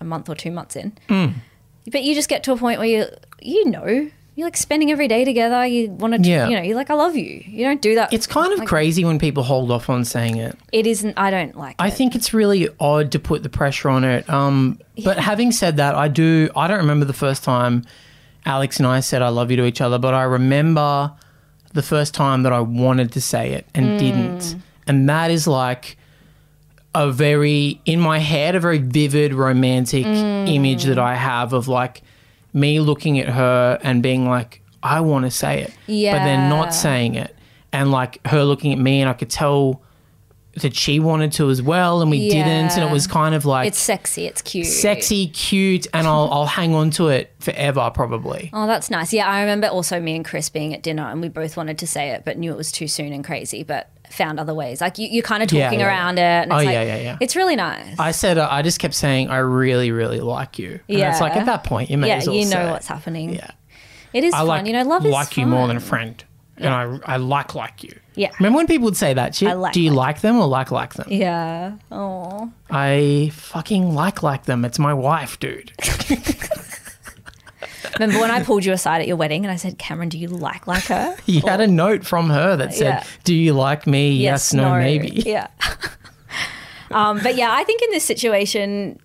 Speaker 1: a month or two months in.
Speaker 2: Hmm.
Speaker 1: But you just get to a point where you, you know, you're like spending every day together. You want to,
Speaker 2: Yeah.
Speaker 1: you know, you're like, I love you. You don't do that.
Speaker 2: it's kind of
Speaker 1: like,
Speaker 2: crazy when people hold off on saying it.
Speaker 1: It isn't, I don't like
Speaker 2: I
Speaker 1: it.
Speaker 2: think it's really odd to put the pressure on it. Um, But having said that, I do. I don't remember the first time Alex and I said "I love you" to each other, but I remember the first time that I wanted to say it and
Speaker 1: Mm.
Speaker 2: didn't, and that is like a very in my head a very vivid romantic
Speaker 1: Mm.
Speaker 2: image that I have of like me looking at her and being like, I want to say it, but then
Speaker 1: Yeah.
Speaker 2: not saying it, and like her looking at me, and I could tell that she wanted to as well, and we didn't, and
Speaker 1: Yeah.
Speaker 2: it was kind of like
Speaker 1: It's sexy. It's cute.
Speaker 2: sexy, cute, and I'll I'll hang on to it forever probably.
Speaker 1: Oh, that's nice. Yeah, I remember also me and Chris being at dinner and we both wanted to say it, but knew it was too soon and crazy, but found other ways. Like you, you're kind of
Speaker 2: Yeah,
Speaker 1: talking
Speaker 2: yeah,
Speaker 1: around it. And
Speaker 2: Oh,
Speaker 1: it's like,
Speaker 2: yeah, yeah, yeah.
Speaker 1: It's really nice.
Speaker 2: I said uh, I just kept saying I really, really like you. And yeah, it's like
Speaker 1: Yeah.
Speaker 2: at that point you may
Speaker 1: yeah,
Speaker 2: as well
Speaker 1: you know
Speaker 2: say it.
Speaker 1: what's happening.
Speaker 2: Yeah.
Speaker 1: It is
Speaker 2: I
Speaker 1: fun.
Speaker 2: like
Speaker 1: you know, love is
Speaker 2: like you more than a
Speaker 1: fun.
Speaker 2: friend, and I I like like you.
Speaker 1: Yeah.
Speaker 2: Remember when people would say that shit?
Speaker 1: I like
Speaker 2: Do you
Speaker 1: like
Speaker 2: like them or like like them?
Speaker 1: Yeah. Oh.
Speaker 2: I fucking like like them. It's my wife, dude.
Speaker 1: Remember when I pulled you aside at your wedding and I said, Cameron, do you like like her?
Speaker 2: He had a note from her that said,
Speaker 1: Oh. Yeah.
Speaker 2: "Do you like me? Yes, no, maybe."
Speaker 1: Yeah. um, but yeah, I think in this situation,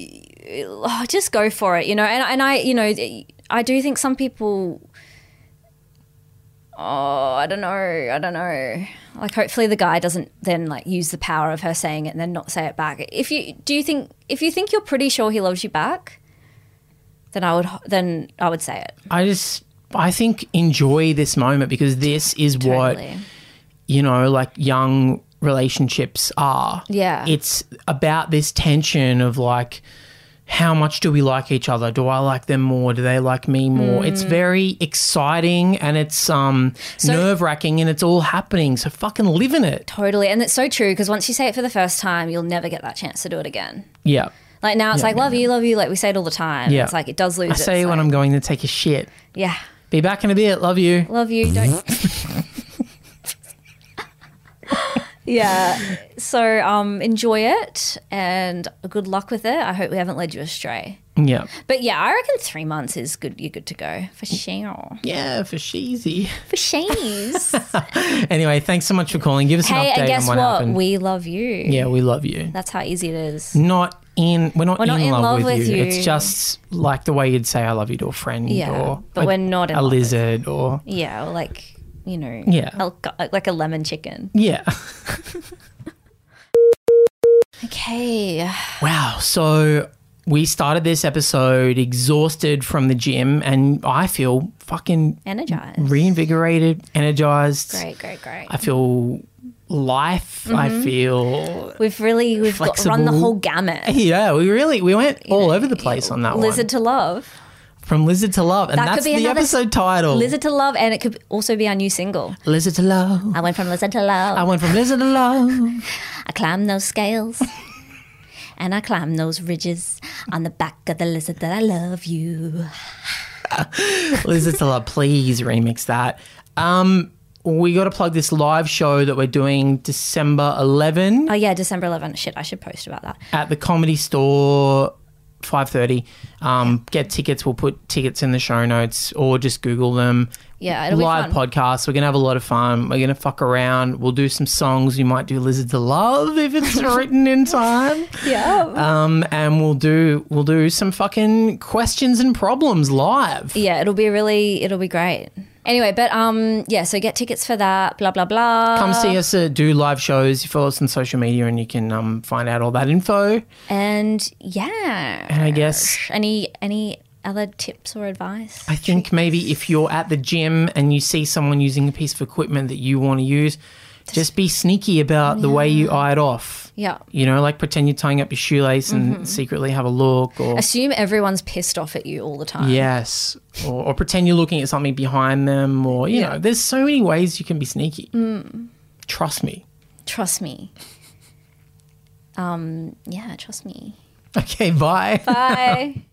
Speaker 1: um, y- oh, just go for it, you know. And, and I, you know, I do think some people. Oh, I don't know. I don't know. Like, hopefully, the guy doesn't then like use the power of her saying it and then not say it back. If you do, you think if you think you're pretty sure he loves you back, then I would h- then I would say it.
Speaker 2: I just I think enjoy this moment because this is what
Speaker 1: Totally.
Speaker 2: you know, like young relationships are.
Speaker 1: Yeah.
Speaker 2: It's about this tension of like, how much do we like each other? Do I like them more? Do they like me more? It's
Speaker 1: Hmm.
Speaker 2: very exciting and it's um, nerve wracking and it's all happening. So fucking live in it.
Speaker 1: Totally. And it's so true because once you say it for the first time, you'll never get that chance to do it again.
Speaker 2: Yeah.
Speaker 1: Like now it's like, love you, love you. Like we say it all the time.
Speaker 2: Yeah.
Speaker 1: It's like it does lose
Speaker 2: I say when I'm going to take a shit.
Speaker 1: Yeah.
Speaker 2: Be back in a bit. Love you.
Speaker 1: Love you. Don't. yeah. So um, enjoy it and good luck with it. I hope we haven't led you astray.
Speaker 2: Yeah.
Speaker 1: But yeah, I reckon three months is good. You're good to go for sure.
Speaker 2: Yeah, for sheezy.
Speaker 1: For shames.
Speaker 2: Anyway, thanks so much for calling. Give us
Speaker 1: hey,
Speaker 2: an update
Speaker 1: and guess
Speaker 2: on what,
Speaker 1: what?
Speaker 2: happened.
Speaker 1: We love you.
Speaker 2: yeah, we love you.
Speaker 1: That's how easy it is.
Speaker 2: Not in we're not,
Speaker 1: We're not
Speaker 2: in, love, with, you.
Speaker 1: you.
Speaker 2: It's just like the way you'd say I love you to a friend
Speaker 1: Yeah,
Speaker 2: or
Speaker 1: but
Speaker 2: a,
Speaker 1: we're not in
Speaker 2: a
Speaker 1: love with
Speaker 2: lizard or
Speaker 1: Yeah, or like you know,
Speaker 2: Yeah.
Speaker 1: al- like a lemon chicken.
Speaker 2: yeah.
Speaker 1: Okay,
Speaker 2: Wow. So we started this episode exhausted from the gym and I feel fucking
Speaker 1: energized.
Speaker 2: reinvigorated, energized.
Speaker 1: Great, Mm-hmm. great, great.
Speaker 2: I feel life. I feel
Speaker 1: We've really we've got, run the
Speaker 2: Flexible.
Speaker 1: whole gamut.
Speaker 2: yeah, we really we went all over the place on that
Speaker 1: Lizard
Speaker 2: one.
Speaker 1: to love,
Speaker 2: From lizard to love, and
Speaker 1: That could
Speaker 2: that's
Speaker 1: be
Speaker 2: the
Speaker 1: another-
Speaker 2: episode title.
Speaker 1: lizard to love, and it could also be our new single.
Speaker 2: lizard to love.
Speaker 1: I went from lizard to love.
Speaker 2: I went from lizard to love.
Speaker 1: I climbed those scales. And I climbed those ridges on the back of the lizard that I love you.
Speaker 2: Lizard to Love, please remix that. Um, we got to plug this live show that we're doing December 11
Speaker 1: Oh yeah, December 11th. Shit, I should post about that.
Speaker 2: at the Comedy Store, 5.30. Um, get tickets. We'll put tickets in the show notes or just Google them.
Speaker 1: Yeah, it'll
Speaker 2: live
Speaker 1: be fun.
Speaker 2: podcast. We're going to have a lot of fun. We're going to fuck around. We'll do some songs. We might do Lizard to Love if it's written in time.
Speaker 1: yeah.
Speaker 2: Um, and we'll do we'll do some fucking questions and problems live.
Speaker 1: Yeah, it'll be really it'll be great. Anyway, but um yeah, so get tickets for that, blah blah blah.
Speaker 2: come see us uh, do live shows. You follow us on social media, and you can um, find out all that info.
Speaker 1: And yeah.
Speaker 2: And I guess
Speaker 1: Any any other tips or advice?
Speaker 2: I think maybe if you're at the gym and you see someone using a piece of equipment that you want to use, just be sneaky about the way you eye it off.
Speaker 1: Yeah.
Speaker 2: You know, like pretend you're tying up your shoelace and secretly have a look, or
Speaker 1: Assume everyone's pissed off at you all the time.
Speaker 2: yes, or, or pretend you're looking at something behind them, or you
Speaker 1: Yeah.
Speaker 2: know, there's so many ways you can be sneaky. Mm. Trust me.
Speaker 1: Trust me. Um yeah, trust me.
Speaker 2: Okay, bye.
Speaker 1: Bye.